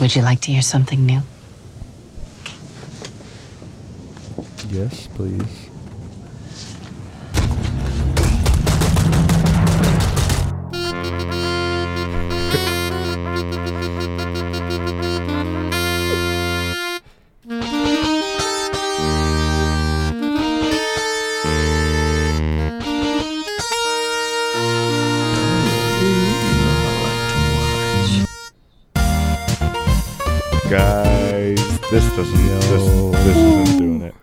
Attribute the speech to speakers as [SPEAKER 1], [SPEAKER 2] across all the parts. [SPEAKER 1] Would you like to hear something new?
[SPEAKER 2] Yes, please.
[SPEAKER 3] Guys, this doesn't.
[SPEAKER 2] Yo.
[SPEAKER 3] This, this isn't doing it.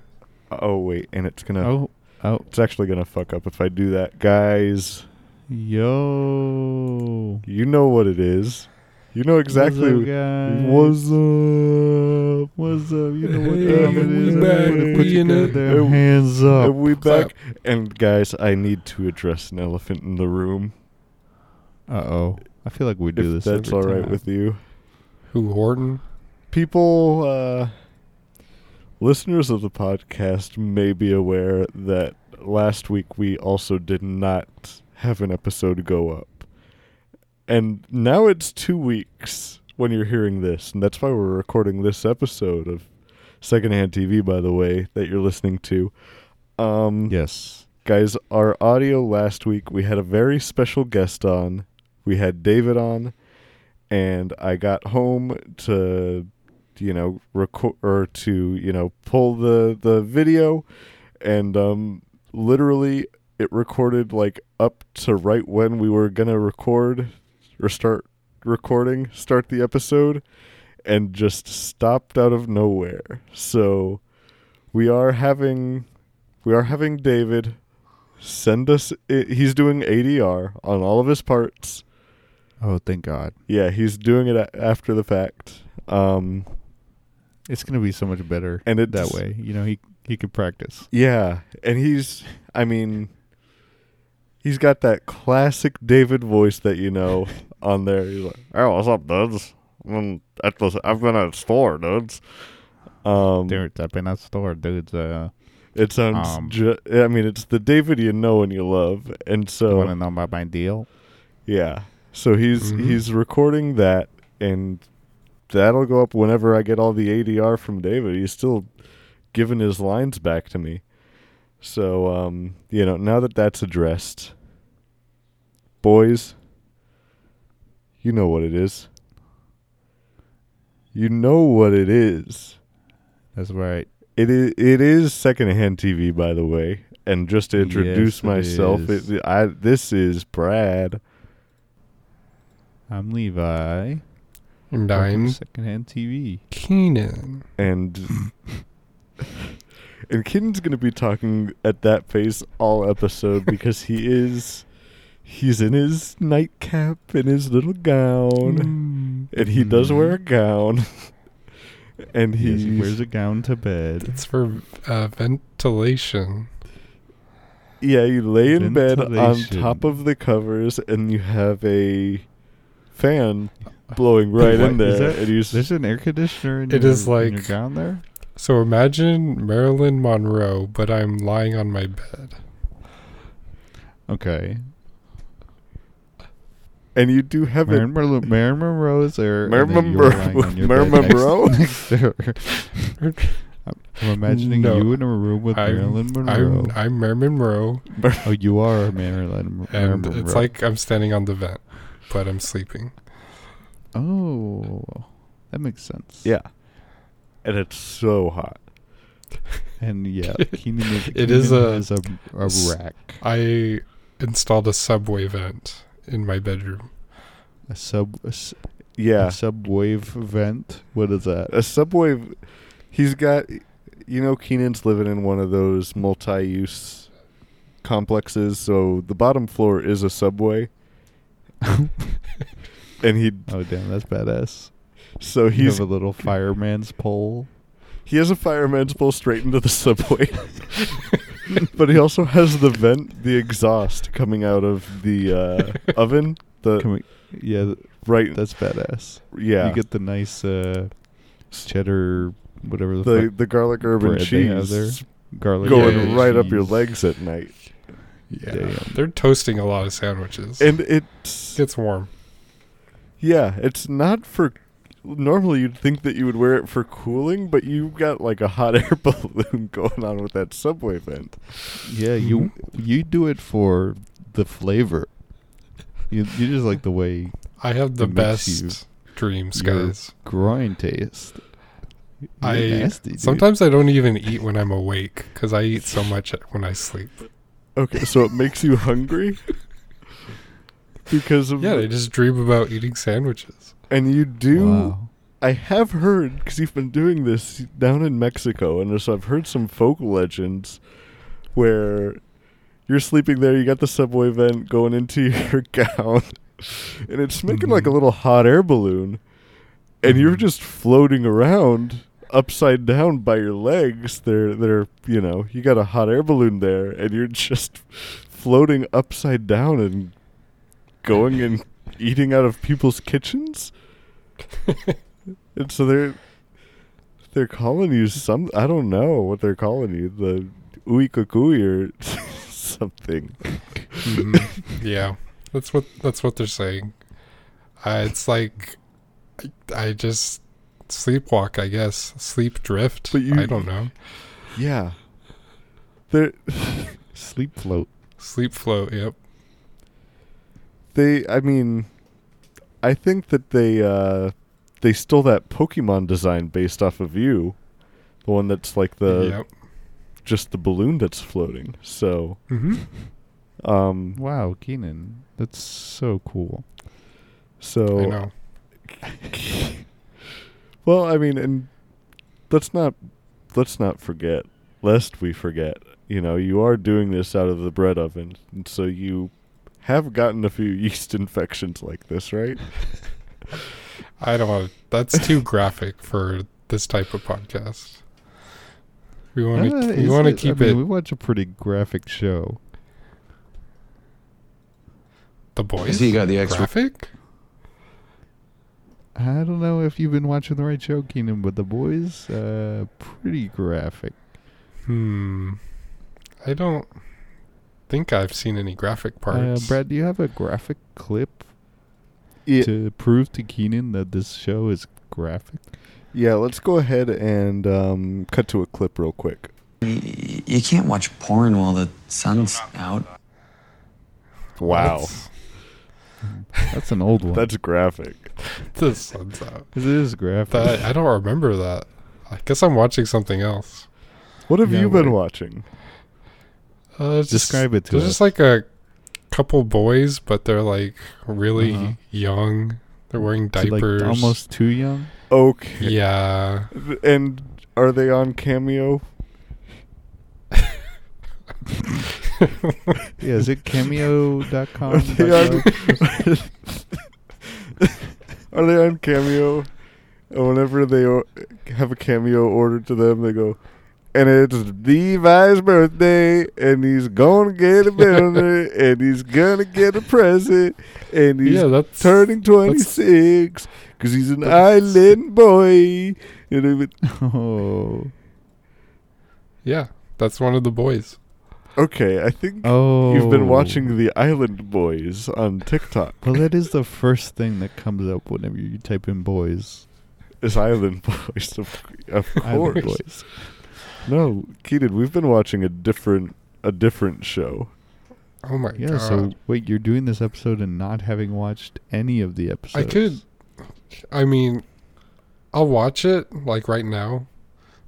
[SPEAKER 3] Oh wait, and it's gonna.
[SPEAKER 2] Oh, oh,
[SPEAKER 3] It's actually gonna fuck up if I do that, guys.
[SPEAKER 2] yo.
[SPEAKER 3] You know what it is. You know exactly.
[SPEAKER 2] What's up, guys?
[SPEAKER 3] What's up?
[SPEAKER 2] What's up? You know what
[SPEAKER 4] Hey,
[SPEAKER 2] time it
[SPEAKER 4] we
[SPEAKER 2] is.
[SPEAKER 4] back.
[SPEAKER 2] Everybody put
[SPEAKER 4] We
[SPEAKER 2] your
[SPEAKER 4] in it.
[SPEAKER 2] goddamn
[SPEAKER 3] Hey,
[SPEAKER 2] hands
[SPEAKER 3] Are
[SPEAKER 2] Oh, up.
[SPEAKER 3] we
[SPEAKER 4] clap.
[SPEAKER 3] back? And guys, I need to address an elephant in the room.
[SPEAKER 2] Uh oh. I feel like we do this.
[SPEAKER 3] if that's
[SPEAKER 2] every
[SPEAKER 3] all right
[SPEAKER 2] time.
[SPEAKER 3] with you.
[SPEAKER 4] Who Horton?
[SPEAKER 3] people uh listeners of the podcast may be aware that last week we also did not have an episode go up and now it's two weeks when you're hearing this and that's why we're recording this episode of secondhand tv by the way that you're listening to um
[SPEAKER 2] Yes.
[SPEAKER 3] guys our audio last week we had a very special guest on we had david on and i got home to you know record or to you know pull the the video and um literally it recorded like up to right when we were gonna record or start recording start the episode and just stopped out of nowhere so we are having we are having David send us. i he's doing ADR on all of his parts.
[SPEAKER 2] Oh, thank God.
[SPEAKER 3] Yeah, he's doing it a- after the fact. Um,
[SPEAKER 2] It's gonna be so much better
[SPEAKER 3] And it's-
[SPEAKER 2] that way. You know, he he could practice.
[SPEAKER 3] yeah, and he's. I mean, he's got that classic David voice that you know on there. He's like, "Oh, what's up, dudes? I'm at the, I've been at the store, dudes." Um,
[SPEAKER 2] Dude, I've been at the store, dudes. Uh,
[SPEAKER 3] it sounds.
[SPEAKER 2] um,
[SPEAKER 3] ju- I mean, it's the David you know and you love, and so
[SPEAKER 2] want to know about my deal?
[SPEAKER 3] Yeah. So he's
[SPEAKER 2] Mm-hmm.
[SPEAKER 4] Mhm.
[SPEAKER 3] he's recording that and that'll go up whenever I get all the ADR from David. He's still giving his lines back to me. So um, you know, now that that's addressed, boys, you know what it is. You know what it is.
[SPEAKER 2] That's right.
[SPEAKER 3] It is it is secondhand TV, by the way. And just to introduce
[SPEAKER 2] Yes, it
[SPEAKER 3] myself,
[SPEAKER 2] is.
[SPEAKER 3] it, I this is Brad.
[SPEAKER 2] I'm Levi.
[SPEAKER 4] And
[SPEAKER 2] Welcome to
[SPEAKER 4] I'm
[SPEAKER 2] Secondhand TV.
[SPEAKER 4] Keenan.
[SPEAKER 3] and and Keaton's gonna be talking at that pace all episode because he is he's in his nightcap and his little gown
[SPEAKER 2] Mm.
[SPEAKER 3] and he does wear a gown and he
[SPEAKER 2] Yes, he wears a gown to bed.
[SPEAKER 4] It's for uh, ventilation.
[SPEAKER 3] yeah you lay in bed on
[SPEAKER 2] Ventilation.
[SPEAKER 3] top of the covers and you have a fan blowing right
[SPEAKER 2] What
[SPEAKER 3] in
[SPEAKER 2] is
[SPEAKER 3] there
[SPEAKER 2] that?
[SPEAKER 3] and you s-
[SPEAKER 2] There's an air conditioner in
[SPEAKER 4] It
[SPEAKER 2] your,
[SPEAKER 4] is
[SPEAKER 2] in your
[SPEAKER 4] like-
[SPEAKER 2] gown there.
[SPEAKER 4] So imagine Marilyn Monroe, but I'm lying on my bed.
[SPEAKER 2] Okay.
[SPEAKER 3] and you do have it
[SPEAKER 2] Marilyn Monroe, Marilyn Monroe is there. and
[SPEAKER 3] Marilyn
[SPEAKER 2] then you're
[SPEAKER 3] Monroe-
[SPEAKER 2] lying on your
[SPEAKER 3] Marilyn
[SPEAKER 2] bed next-
[SPEAKER 3] Monroe?
[SPEAKER 2] next to her. I'm imagining
[SPEAKER 4] No.
[SPEAKER 2] you in a room with
[SPEAKER 4] I'm-
[SPEAKER 2] Marilyn Monroe.
[SPEAKER 4] I'm, I'm Marilyn Monroe,
[SPEAKER 2] oh, you are Marilyn, Mon-
[SPEAKER 4] and
[SPEAKER 2] Marilyn
[SPEAKER 4] it's
[SPEAKER 2] Monroe.
[SPEAKER 4] like I'm standing on the vent, but I'm sleeping.
[SPEAKER 2] oh, that makes sense.
[SPEAKER 3] yeah and it's so hot
[SPEAKER 2] and yeah, Keenan is,
[SPEAKER 4] It is
[SPEAKER 2] Keenan
[SPEAKER 4] a-
[SPEAKER 2] has a, a
[SPEAKER 4] s-
[SPEAKER 2] rack,
[SPEAKER 4] I installed a subway vent in my bedroom.
[SPEAKER 2] a sub, a, s- a
[SPEAKER 3] yeah
[SPEAKER 2] subwave vent. What is that?
[SPEAKER 3] a subway. v- He's got, you know, Keenan's living in one of those multi-use complexes. So the bottom floor is a subway, and he
[SPEAKER 2] Oh damn, that's badass.
[SPEAKER 3] so
[SPEAKER 2] You
[SPEAKER 3] he's
[SPEAKER 2] have a little fireman's pole.
[SPEAKER 3] he has a fireman's pole straight into the subway, but he also has the vent, the exhaust coming out of the uh, oven. The
[SPEAKER 2] Can we, yeah, th-
[SPEAKER 3] right,
[SPEAKER 2] that's badass.
[SPEAKER 3] yeah,
[SPEAKER 2] You get the nice uh,
[SPEAKER 3] S-
[SPEAKER 2] cheddar, whatever the,
[SPEAKER 3] the
[SPEAKER 2] fuck,
[SPEAKER 3] the garlic urban
[SPEAKER 2] bread they have
[SPEAKER 3] cheese
[SPEAKER 2] there. garlic
[SPEAKER 3] going
[SPEAKER 4] Yeah,
[SPEAKER 3] right up your
[SPEAKER 2] cheese.
[SPEAKER 3] legs at night,
[SPEAKER 4] Yeah,
[SPEAKER 2] Damn.
[SPEAKER 4] they're toasting a lot of sandwiches.
[SPEAKER 3] and it's
[SPEAKER 4] it's warm.
[SPEAKER 3] Yeah, it's not for normally you'd think that you would wear it for cooling, but you've got like a hot air balloon going on with that subway vent.
[SPEAKER 2] Yeah, you you do it for the flavor. You you just like the way
[SPEAKER 4] I have the
[SPEAKER 2] It makes you-
[SPEAKER 4] best dreams,
[SPEAKER 2] your
[SPEAKER 4] guys.
[SPEAKER 2] groin tastes. You're
[SPEAKER 4] I-
[SPEAKER 2] nasty, dude.
[SPEAKER 4] Sometimes I don't even eat when I'm awake because I eat so much when I sleep.
[SPEAKER 3] Okay, so it makes you hungry because of
[SPEAKER 4] Yeah, I just dream about eating sandwiches.
[SPEAKER 3] and you do.
[SPEAKER 2] Wow.
[SPEAKER 3] I have heard because you've been doing this down in Mexico, and so I've heard some folk legends where you're sleeping there, you got the subway vent going into your gown, and it's making like a
[SPEAKER 4] Mhm.
[SPEAKER 3] little hot air balloon, and you're
[SPEAKER 4] Mhm.
[SPEAKER 3] just floating around upside down by your legs. They're they're you know you got a hot air balloon there, and you're just floating upside down and going and eating out of people's kitchens. And so they're they're calling you some I don't know what they're calling you, the uikakui or something.
[SPEAKER 4] Mhm. yeah, that's what that's what they're saying. Uh, it's like I, I just sleepwalk, I guess. Sleep drift.
[SPEAKER 3] But you-
[SPEAKER 4] I don't know.
[SPEAKER 3] Yeah. They're
[SPEAKER 2] Sleep float.
[SPEAKER 4] Sleep float. Yep.
[SPEAKER 3] they I mean I think that they uh they stole that Pokemon design based off of you. The one that's like the
[SPEAKER 4] yep.
[SPEAKER 3] just the balloon that's floating. So
[SPEAKER 4] hmm
[SPEAKER 3] um
[SPEAKER 2] Wow, Keenan, that's so cool. Oh.
[SPEAKER 4] I
[SPEAKER 3] so
[SPEAKER 4] know.
[SPEAKER 3] Well, I mean, and let's not let's not forget, lest we forget. You know, you are doing this out of the bread oven, and so you have gotten a few yeast infections like this, right?
[SPEAKER 4] I don't want. to That's too graphic for this type of podcast. We want
[SPEAKER 2] Uh,
[SPEAKER 4] to.
[SPEAKER 2] is
[SPEAKER 4] we want to
[SPEAKER 2] it-
[SPEAKER 4] keep
[SPEAKER 2] I mean,
[SPEAKER 4] it
[SPEAKER 2] We watch a pretty graphic show.
[SPEAKER 4] the boys.
[SPEAKER 1] Has he got the extra?
[SPEAKER 4] graphic?
[SPEAKER 2] I don't know if you've been watching the right show, Keenan, but the boys, uh, pretty graphic.
[SPEAKER 4] Hmm. I don't think I've seen any graphic
[SPEAKER 2] Uh,
[SPEAKER 4] parts.
[SPEAKER 2] Brad, do you have a graphic clip
[SPEAKER 3] Yeah.
[SPEAKER 2] to prove to Keenan that this show is graphic?
[SPEAKER 3] Yeah. Let's go ahead and um, cut to a clip real quick.
[SPEAKER 5] Y- You can't watch porn while the sun's out.
[SPEAKER 3] Wow,
[SPEAKER 4] That's-
[SPEAKER 2] That's an old one.
[SPEAKER 3] that's graphic.
[SPEAKER 4] The sun's out.
[SPEAKER 2] it is graphic.
[SPEAKER 4] That, I don't remember that. I guess I'm watching something else.
[SPEAKER 3] What have
[SPEAKER 2] Yeah,
[SPEAKER 3] you been
[SPEAKER 2] right.
[SPEAKER 3] watching?
[SPEAKER 4] Uh, it's just-
[SPEAKER 2] Describe it to
[SPEAKER 4] There's
[SPEAKER 2] us.
[SPEAKER 4] just like a couple boys, but they're like really
[SPEAKER 2] Uh-huh.
[SPEAKER 4] young. They're wearing
[SPEAKER 2] Is it, like,
[SPEAKER 4] diapers.
[SPEAKER 2] almost too young.
[SPEAKER 3] Okay.
[SPEAKER 4] Yeah.
[SPEAKER 3] And are they on Cameo?
[SPEAKER 2] Yeah, is it cameo.com?
[SPEAKER 3] Are they on? are they on Cameo? And whenever they o- have a cameo ordered to them, they go, and it's Levi's birthday, and he's gonna get a dinner, and he's gonna get a present, and he's
[SPEAKER 4] yeah, that's
[SPEAKER 3] turning twenty six because he's an island boy. You know, but-
[SPEAKER 2] oh.
[SPEAKER 4] Yeah, that's one of the boys.
[SPEAKER 3] okay, I think
[SPEAKER 2] Oh.
[SPEAKER 3] you've been watching the Island Boys on TikTok.
[SPEAKER 2] Well, that is the first thing that comes up whenever you type in boys.
[SPEAKER 3] It's Island Boys, of, of
[SPEAKER 2] Island
[SPEAKER 3] course.
[SPEAKER 2] boys.
[SPEAKER 3] No, Keaton, we've been watching a different a different show.
[SPEAKER 4] Oh my
[SPEAKER 2] Yeah,
[SPEAKER 4] god.
[SPEAKER 2] so wait, you're doing this episode and not having watched any of the episodes.
[SPEAKER 4] could- I mean, I'll watch it like right now,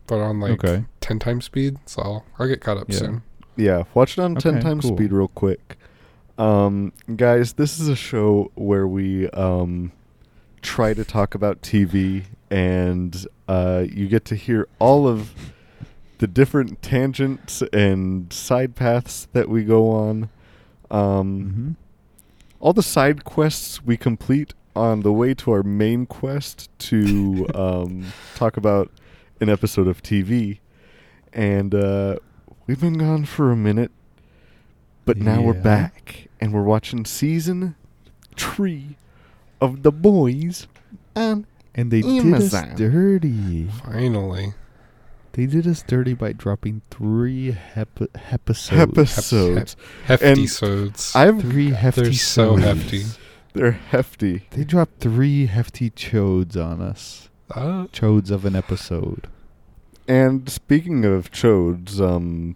[SPEAKER 4] but on like
[SPEAKER 2] okay.
[SPEAKER 4] 10 times speed, so I'll, I'll get caught up
[SPEAKER 2] Yeah.
[SPEAKER 4] soon.
[SPEAKER 3] Yeah, watch it on ten
[SPEAKER 2] Okay,
[SPEAKER 3] times
[SPEAKER 2] cool.
[SPEAKER 3] speed real quick. Um, guys, this is a show where we um, try to talk about TV, and uh, you get to hear all of the different tangents and side paths that we go on. Um,
[SPEAKER 2] Mm-hmm.
[SPEAKER 3] all the side quests we complete on the way to our main quest to um, talk about an episode of TV. And uh, we've been gone for a minute, but now we're
[SPEAKER 2] Yeah.
[SPEAKER 3] back and we're watching season three of The Boys on
[SPEAKER 2] And they did
[SPEAKER 3] Amazon.
[SPEAKER 2] us dirty.
[SPEAKER 4] Finally.
[SPEAKER 2] They did us dirty by dropping three hep- episodes.
[SPEAKER 3] episodes. Oh
[SPEAKER 4] Hefty sods.
[SPEAKER 3] I've
[SPEAKER 2] Three hefty.
[SPEAKER 4] They're so
[SPEAKER 2] sods.
[SPEAKER 4] hefty.
[SPEAKER 3] They're hefty.
[SPEAKER 2] They dropped three hefty chodes on us.
[SPEAKER 4] Uh,
[SPEAKER 2] Chodes of an episode.
[SPEAKER 3] And speaking of chodes, um,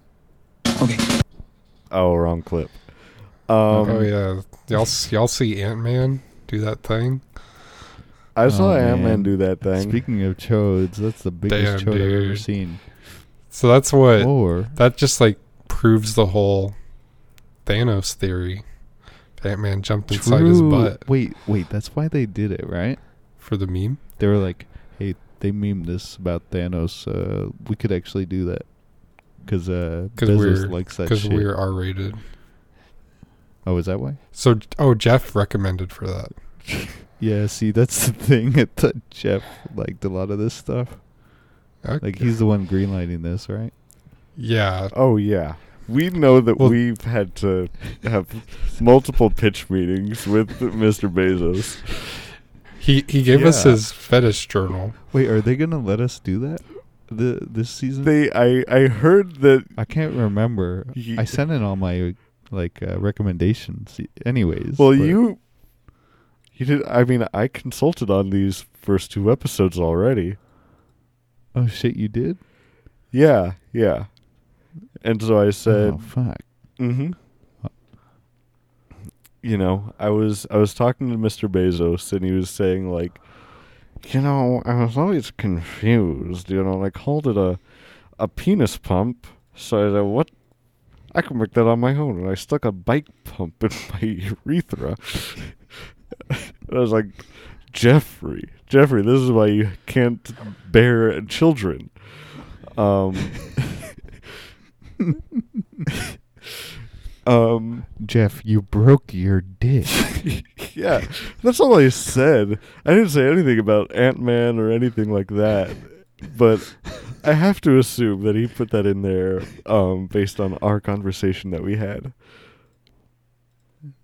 [SPEAKER 5] Okay.
[SPEAKER 3] oh, wrong clip. Um,
[SPEAKER 4] oh yeah, y'all s- y'all see Ant Man do that thing?
[SPEAKER 3] I saw
[SPEAKER 2] Oh,
[SPEAKER 3] Ant Man
[SPEAKER 2] man.
[SPEAKER 3] do that thing.
[SPEAKER 2] Speaking of chodes, that's the biggest
[SPEAKER 4] Damn,
[SPEAKER 2] chode I've ever
[SPEAKER 4] dude.
[SPEAKER 2] seen.
[SPEAKER 4] So that's what
[SPEAKER 2] Or
[SPEAKER 4] that just like proves the whole Thanos theory. Ant Man jumped inside his
[SPEAKER 2] True.
[SPEAKER 4] butt
[SPEAKER 2] Wait, wait, that's why they did it, right?
[SPEAKER 4] for the meme.
[SPEAKER 2] They were like, "Hey, they memed this about Thanos. Uh, we could actually do that because uh,
[SPEAKER 4] 'Cause
[SPEAKER 2] Bezos
[SPEAKER 4] we're-
[SPEAKER 2] likes that
[SPEAKER 4] because
[SPEAKER 2] shit."
[SPEAKER 4] we're R rated.
[SPEAKER 2] Oh, is that why?
[SPEAKER 4] So oh, Jeff recommended for that.
[SPEAKER 2] Yeah, see, that's the thing. I thought Jeff liked a lot of this stuff.
[SPEAKER 4] Okay.
[SPEAKER 2] Like, he's the one greenlighting this, right?
[SPEAKER 4] yeah,
[SPEAKER 3] Oh yeah, we know that
[SPEAKER 4] Well-
[SPEAKER 3] we've had to have multiple pitch meetings with Mr. Bezos.
[SPEAKER 4] he he gave us
[SPEAKER 2] Yeah.
[SPEAKER 4] his fetish journal.
[SPEAKER 2] Wait, are they gonna let us do that? The this season?
[SPEAKER 3] They, I, I heard that.
[SPEAKER 2] I can't remember.
[SPEAKER 3] Ye-
[SPEAKER 2] I sent in all my like uh, recommendations, y- anyways.
[SPEAKER 3] Well,
[SPEAKER 2] but-
[SPEAKER 3] you, you did. I mean, I consulted on these first two episodes already.
[SPEAKER 2] Oh shit, you did.
[SPEAKER 3] Yeah, yeah. And so I said,
[SPEAKER 2] oh fuck.
[SPEAKER 3] Mm-hmm. You know, I was I was talking to Mr. Bezos, and he was saying like, you know, I was always confused. You know, they called it a a penis pump. So I said, what? I can make that on my own. And I stuck a bike pump in my urethra. and I was like, Jeffrey, Jeffrey, this is why you can't bear children. Um. um.
[SPEAKER 2] Jeff, you broke your dick.
[SPEAKER 3] yeah, that's all I said. I didn't say anything about Ant Man or anything like that. But I have to assume that he put that in there um, based on our conversation that we had.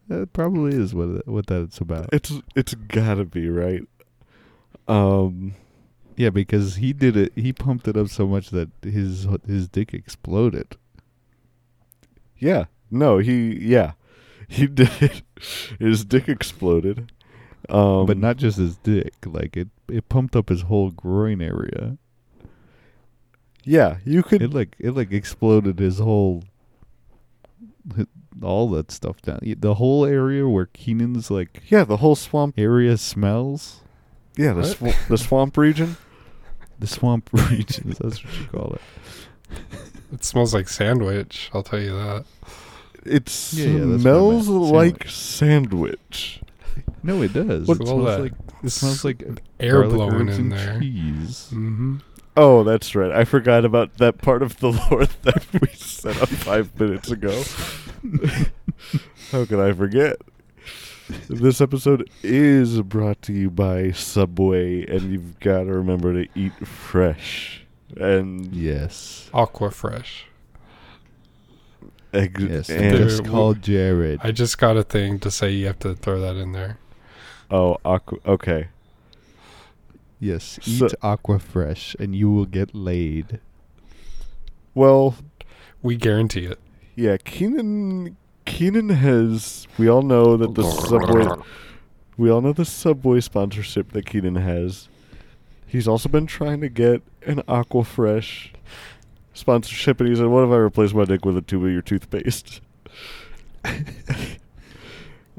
[SPEAKER 2] that probably is what it- what that's about.
[SPEAKER 3] It's it's gotta be right. Um,
[SPEAKER 2] Yeah, because he did it. He pumped it up so much that his his dick exploded.
[SPEAKER 3] yeah, no, he yeah, he did. His dick exploded, um,
[SPEAKER 2] but not just his dick. Like it, it pumped up his whole groin area.
[SPEAKER 3] Yeah, you could
[SPEAKER 2] It like it like exploded his whole, hi- all that stuff down. Y- The whole area where Keenan's like
[SPEAKER 3] Yeah, the whole swamp.
[SPEAKER 2] area smells.
[SPEAKER 3] Yeah, the,
[SPEAKER 4] What?
[SPEAKER 3] swa- the swamp region.
[SPEAKER 2] The swamp regions. That's what you call it.
[SPEAKER 4] It smells like sandwich. I'll tell you that.
[SPEAKER 3] It
[SPEAKER 2] Yeah, yeah, that's what I
[SPEAKER 3] smells
[SPEAKER 2] meant.
[SPEAKER 3] like sandwich.
[SPEAKER 2] No, it does.
[SPEAKER 4] What's
[SPEAKER 2] it
[SPEAKER 4] all
[SPEAKER 2] smells
[SPEAKER 4] that?
[SPEAKER 2] like it smells like
[SPEAKER 4] air
[SPEAKER 2] garlic,
[SPEAKER 4] blowing
[SPEAKER 2] herbs, and
[SPEAKER 4] in there.
[SPEAKER 2] Cheese.
[SPEAKER 4] Mm-hmm.
[SPEAKER 3] Oh, that's right. I forgot about that part of the lore that we set up five minutes ago. How could I forget? This episode is brought to you by Subway, and you've got to remember to eat fresh and
[SPEAKER 2] Yes.
[SPEAKER 4] Aqua Fresh.
[SPEAKER 3] ex-
[SPEAKER 2] Yes.
[SPEAKER 3] and-
[SPEAKER 4] Dude.
[SPEAKER 2] just call Jared.
[SPEAKER 4] I just got a thing to say you have to throw that in there.
[SPEAKER 3] oh, aqua- okay.
[SPEAKER 2] Yes, eat
[SPEAKER 3] So-
[SPEAKER 2] aqua fresh and you will get laid.
[SPEAKER 3] Well,
[SPEAKER 4] We guarantee it.
[SPEAKER 3] Yeah, Keenan. Keenan has. We all know that the subway. We all know the subway sponsorship that Keenan has. He's also been trying to get an Aquafresh sponsorship, and he said, "What if I replace my dick with a tube of your toothpaste?"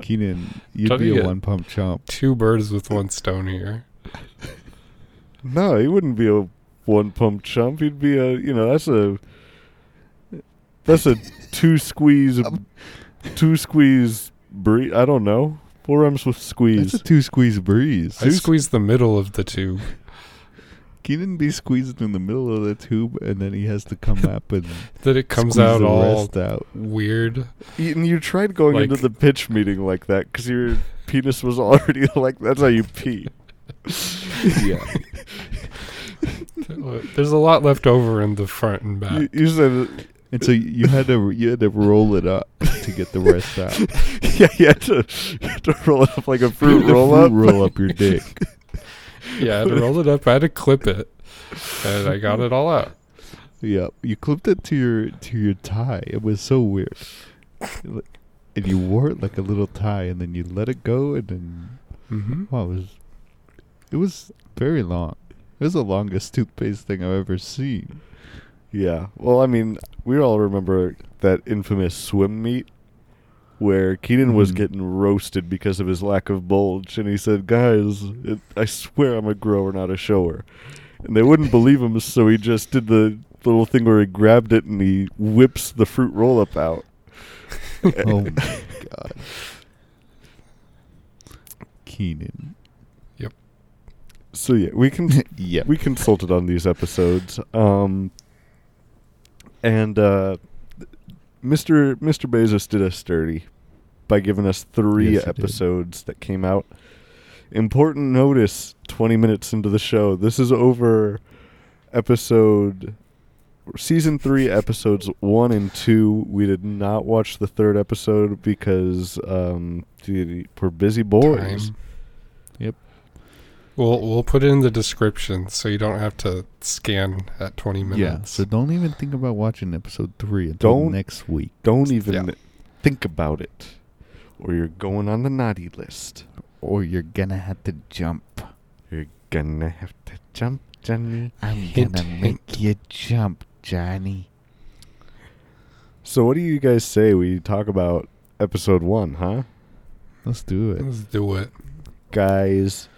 [SPEAKER 2] Keenan, you'd
[SPEAKER 4] Try to
[SPEAKER 2] be a
[SPEAKER 4] get-
[SPEAKER 2] one pump chump.
[SPEAKER 4] Two birds with one stone here.
[SPEAKER 3] No, he wouldn't be a one pump chump. He'd be a. You know, that's a. That's a two squeeze. Two squeeze. Bre- I don't know. What rhymes with
[SPEAKER 2] It's
[SPEAKER 3] squeeze?
[SPEAKER 2] a two squeeze breeze.
[SPEAKER 4] I squeezed the middle of the two.
[SPEAKER 2] Keenan be squeezed in the middle of the tube and then he has to come up and
[SPEAKER 4] That it comes
[SPEAKER 2] squeeze
[SPEAKER 4] out
[SPEAKER 2] the
[SPEAKER 4] all
[SPEAKER 2] rest out.
[SPEAKER 4] weird.
[SPEAKER 3] Eaton, you tried going
[SPEAKER 4] Like-
[SPEAKER 3] into the pitch meeting like that because your penis was already like that's how you pee.
[SPEAKER 2] yeah.
[SPEAKER 4] There's a lot left over in the front and
[SPEAKER 3] You,
[SPEAKER 4] back.
[SPEAKER 3] you said,
[SPEAKER 2] And so you had to you had to roll it up to get the rest out.
[SPEAKER 3] yeah, you had to, you had to roll it up like a fruit roll up.
[SPEAKER 2] roll up your dick.
[SPEAKER 4] Yeah, I had to roll it up. I had to clip it, and I got it all out.
[SPEAKER 2] yeah. You clipped it to your to your tie. It was so weird. and you wore it like a little tie, and then you let it go, and then
[SPEAKER 4] Mm-hmm.
[SPEAKER 2] wow, it was it was very long. It was the longest toothpaste thing I've ever seen.
[SPEAKER 3] Yeah. Well, I mean, we all remember that infamous swim meet where Keenan was
[SPEAKER 2] Mhm.
[SPEAKER 3] getting roasted because of his lack of bulge, and he said, "Guys, it, I swear I'm a grower, not a shower," and they wouldn't believe him, so he just did the little thing where he grabbed it and he whips the fruit roll-up out.
[SPEAKER 2] Oh my god, Keenan.
[SPEAKER 3] So yeah, we can
[SPEAKER 2] Yeah,
[SPEAKER 3] we consulted on these episodes. Um, and uh, Mr. Mr. Bezos did us dirty by giving us three
[SPEAKER 2] Yes, he did.
[SPEAKER 3] episodes that came out. Important notice: twenty minutes into the show, this is over. Episode, season three, episodes one and two. We did not watch the third episode because um, the- we're busy boys.
[SPEAKER 4] Time.
[SPEAKER 2] Yep.
[SPEAKER 4] We'll we'll put it in the description so you don't have to scan at 20 minutes.
[SPEAKER 2] yeah. So don't even think about watching episode three until
[SPEAKER 3] Don't-
[SPEAKER 2] next week,
[SPEAKER 3] Don't even
[SPEAKER 4] Yeah.
[SPEAKER 3] think about it, or you're going on the naughty list.
[SPEAKER 2] or you're gonna have to jump.
[SPEAKER 3] You're gonna have to jump, Johnny.
[SPEAKER 2] I'm
[SPEAKER 4] Hint, gonna hint. make
[SPEAKER 2] you jump, Johnny.
[SPEAKER 3] So, what do you guys say we talk about episode one, huh?
[SPEAKER 2] Let's do it.
[SPEAKER 4] Let's do it.
[SPEAKER 3] Guys,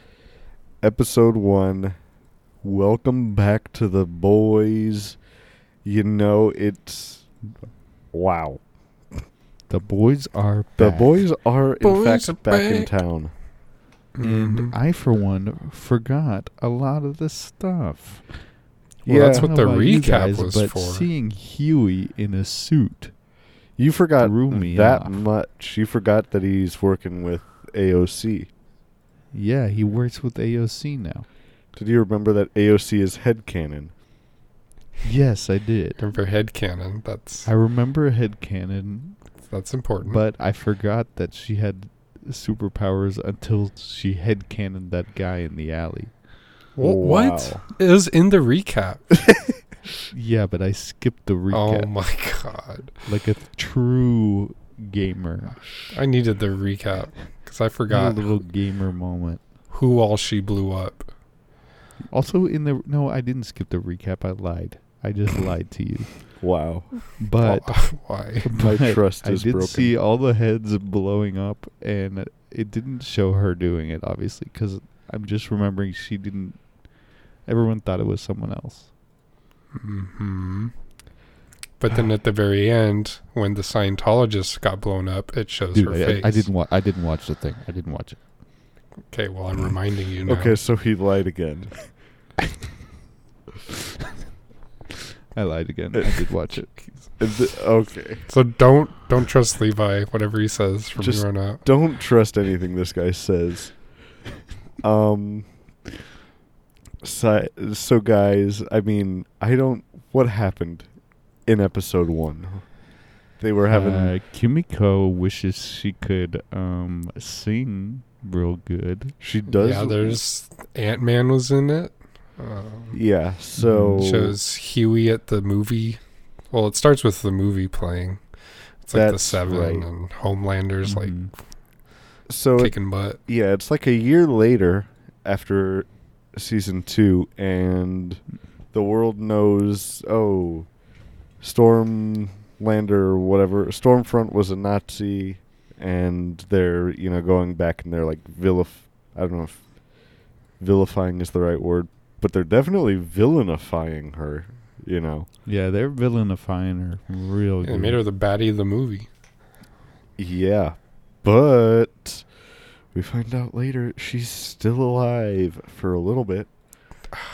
[SPEAKER 3] episode one. Welcome back to the boys. You know, it's. Wow.
[SPEAKER 2] The boys are
[SPEAKER 3] The
[SPEAKER 2] back.
[SPEAKER 3] boys are, in
[SPEAKER 4] Boys
[SPEAKER 3] fact,
[SPEAKER 4] are
[SPEAKER 3] back in
[SPEAKER 4] back.
[SPEAKER 3] town.
[SPEAKER 4] Mhm.
[SPEAKER 2] And I, for one, forgot a lot of this stuff.
[SPEAKER 4] Well, that's
[SPEAKER 2] I
[SPEAKER 4] what
[SPEAKER 2] don't
[SPEAKER 4] the
[SPEAKER 2] know about you
[SPEAKER 4] recap
[SPEAKER 2] guys,
[SPEAKER 4] was
[SPEAKER 2] but
[SPEAKER 4] for.
[SPEAKER 2] Seeing Huey in a suit.
[SPEAKER 3] You forgot
[SPEAKER 2] Threw me
[SPEAKER 3] that
[SPEAKER 2] off.
[SPEAKER 3] much. You forgot that he's working with AOC.
[SPEAKER 2] Yeah, he works with AOC now.
[SPEAKER 3] Did you remember that AOC is headcanon?
[SPEAKER 2] Yes, I did.
[SPEAKER 4] Remember headcanon. That's
[SPEAKER 2] I remember headcanon,
[SPEAKER 4] that's important.
[SPEAKER 2] but I forgot that she had superpowers until she headcanoned that guy in the alley.
[SPEAKER 4] Wh- what? It was in the recap.
[SPEAKER 2] Yeah, but I skipped the recap
[SPEAKER 4] Oh my god.
[SPEAKER 2] like a true gamer.
[SPEAKER 4] I needed the recap cuz I
[SPEAKER 2] Got
[SPEAKER 4] forgot
[SPEAKER 2] a little gamer moment.
[SPEAKER 4] who all she blew up.
[SPEAKER 2] Also in the no, I didn't skip the recap. I lied. I just lied to you.
[SPEAKER 3] Oh, Wow.
[SPEAKER 2] But
[SPEAKER 4] why?
[SPEAKER 3] My
[SPEAKER 2] but
[SPEAKER 3] trust
[SPEAKER 2] I
[SPEAKER 3] is
[SPEAKER 2] did
[SPEAKER 3] broken.
[SPEAKER 2] see all the heads blowing up, and it didn't show her doing it, obviously, because I'm just remembering she didn't. Everyone thought it was someone else.
[SPEAKER 4] hmm But then at the very end when the Scientologist got blown up, it shows her
[SPEAKER 2] I,
[SPEAKER 4] face.
[SPEAKER 2] I didn't. Wa- I didn't watch the thing. I didn't watch it.
[SPEAKER 4] Okay, well I'm reminding you now.
[SPEAKER 3] Okay, so he lied again.
[SPEAKER 2] I lied again. I did watch it.
[SPEAKER 3] And th- okay.
[SPEAKER 4] So don't don't trust Levi, whatever he says from
[SPEAKER 3] Just-
[SPEAKER 4] here on out.
[SPEAKER 3] Don't trust anything this guy says. Um so, so guys, I mean, I don't what happened in episode 1. They were having
[SPEAKER 2] Uh, Kimiko wishes she could um, sing real good.
[SPEAKER 3] she does
[SPEAKER 4] yeah, there's Ant Man was in it. Um,
[SPEAKER 3] Yeah, so
[SPEAKER 4] Shows Huey at the movie. Well, it starts with the movie playing. It's like the
[SPEAKER 3] That's
[SPEAKER 4] seven
[SPEAKER 3] right. Mm-hmm.
[SPEAKER 4] and Homelander's
[SPEAKER 2] Mhm.
[SPEAKER 3] so
[SPEAKER 4] like
[SPEAKER 3] it
[SPEAKER 4] kicking butt.
[SPEAKER 3] yeah, it's like a year later after season two, and the world knows. Oh, Stormlander, or whatever, Stormfront was a Nazi, and they're you know going back and they're like vilif. I don't know if vilifying is the right word, but they're definitely villainifying her. You know.
[SPEAKER 2] Yeah, they're villainifying her real
[SPEAKER 4] It
[SPEAKER 2] good.
[SPEAKER 4] made her the baddie of the movie.
[SPEAKER 3] Yeah, but we find out later she's still alive for a little bit,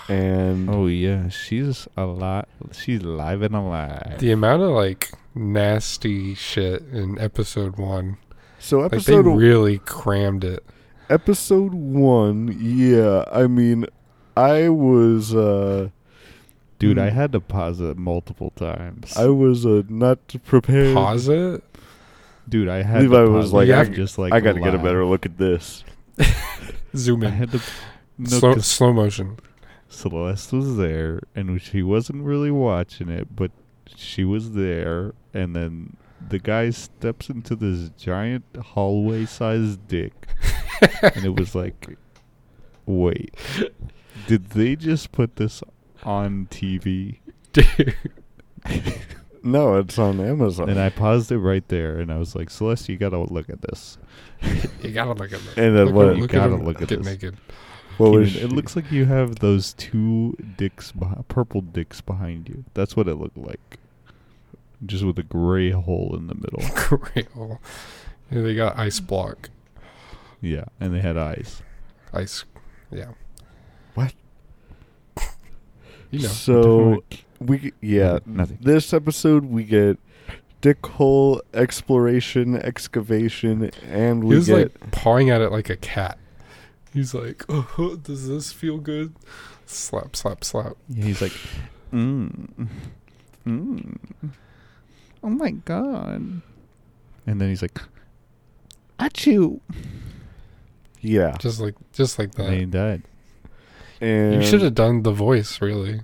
[SPEAKER 3] and
[SPEAKER 2] oh yeah, she's a lot. She's live and alive.
[SPEAKER 4] The amount of like nasty shit in episode one,
[SPEAKER 3] so
[SPEAKER 4] like they
[SPEAKER 3] episode
[SPEAKER 4] really crammed it.
[SPEAKER 3] episode one. Yeah, I mean, I was uh,
[SPEAKER 2] Dude, I
[SPEAKER 3] Mm.
[SPEAKER 2] had to pause it multiple times.
[SPEAKER 3] I was uh, not prepared.
[SPEAKER 4] Pause it.
[SPEAKER 2] Dude, I had.
[SPEAKER 3] Levi
[SPEAKER 2] to
[SPEAKER 3] was
[SPEAKER 2] pause
[SPEAKER 3] like,
[SPEAKER 2] it
[SPEAKER 4] I-
[SPEAKER 2] and just like
[SPEAKER 3] I got to get a
[SPEAKER 2] laugh.
[SPEAKER 3] better look at this.
[SPEAKER 4] Zoom
[SPEAKER 2] I
[SPEAKER 4] in.
[SPEAKER 2] had to. No,
[SPEAKER 4] Slow,
[SPEAKER 2] 'cause
[SPEAKER 4] slow motion.
[SPEAKER 2] Celeste was there, and she wasn't really watching it, but she was there. And then the guy steps into this giant hallway sized dick. and it was like, wait, did they just put this on TV?
[SPEAKER 4] Dude.
[SPEAKER 3] No, it's on Amazon.
[SPEAKER 2] And I paused it right there and I was like, Celeste, you gotta look at this.
[SPEAKER 4] You gotta look at that.
[SPEAKER 3] And then
[SPEAKER 4] Look
[SPEAKER 3] what-
[SPEAKER 4] at-
[SPEAKER 3] You
[SPEAKER 4] look
[SPEAKER 2] gotta
[SPEAKER 4] at him
[SPEAKER 2] look at
[SPEAKER 4] get
[SPEAKER 2] this.
[SPEAKER 4] naked.
[SPEAKER 3] what
[SPEAKER 2] Keenan,
[SPEAKER 3] was
[SPEAKER 2] it looks like you have those two dicks, beh- purple dicks behind you. That's what it looked like. Just with a gray hole in the middle.
[SPEAKER 4] Great. Well, yeah, they got ice block.
[SPEAKER 2] yeah, and they had eyes.
[SPEAKER 4] Ice. Yeah.
[SPEAKER 3] What?
[SPEAKER 4] You know.
[SPEAKER 3] so we g- yeah
[SPEAKER 2] Nothing.
[SPEAKER 3] this episode we get dick hole exploration excavation and
[SPEAKER 4] he
[SPEAKER 3] we
[SPEAKER 4] was
[SPEAKER 3] get
[SPEAKER 4] like pawing at it like a cat. He's like, oh, does this feel good? Slap, slap, slap.
[SPEAKER 2] Yeah, he's like, mm, mm, oh my god. And then he's like, achoo.
[SPEAKER 3] yeah
[SPEAKER 4] Just like, just like
[SPEAKER 2] And then he
[SPEAKER 4] that.
[SPEAKER 2] died.
[SPEAKER 3] and
[SPEAKER 4] you should have done the voice, really.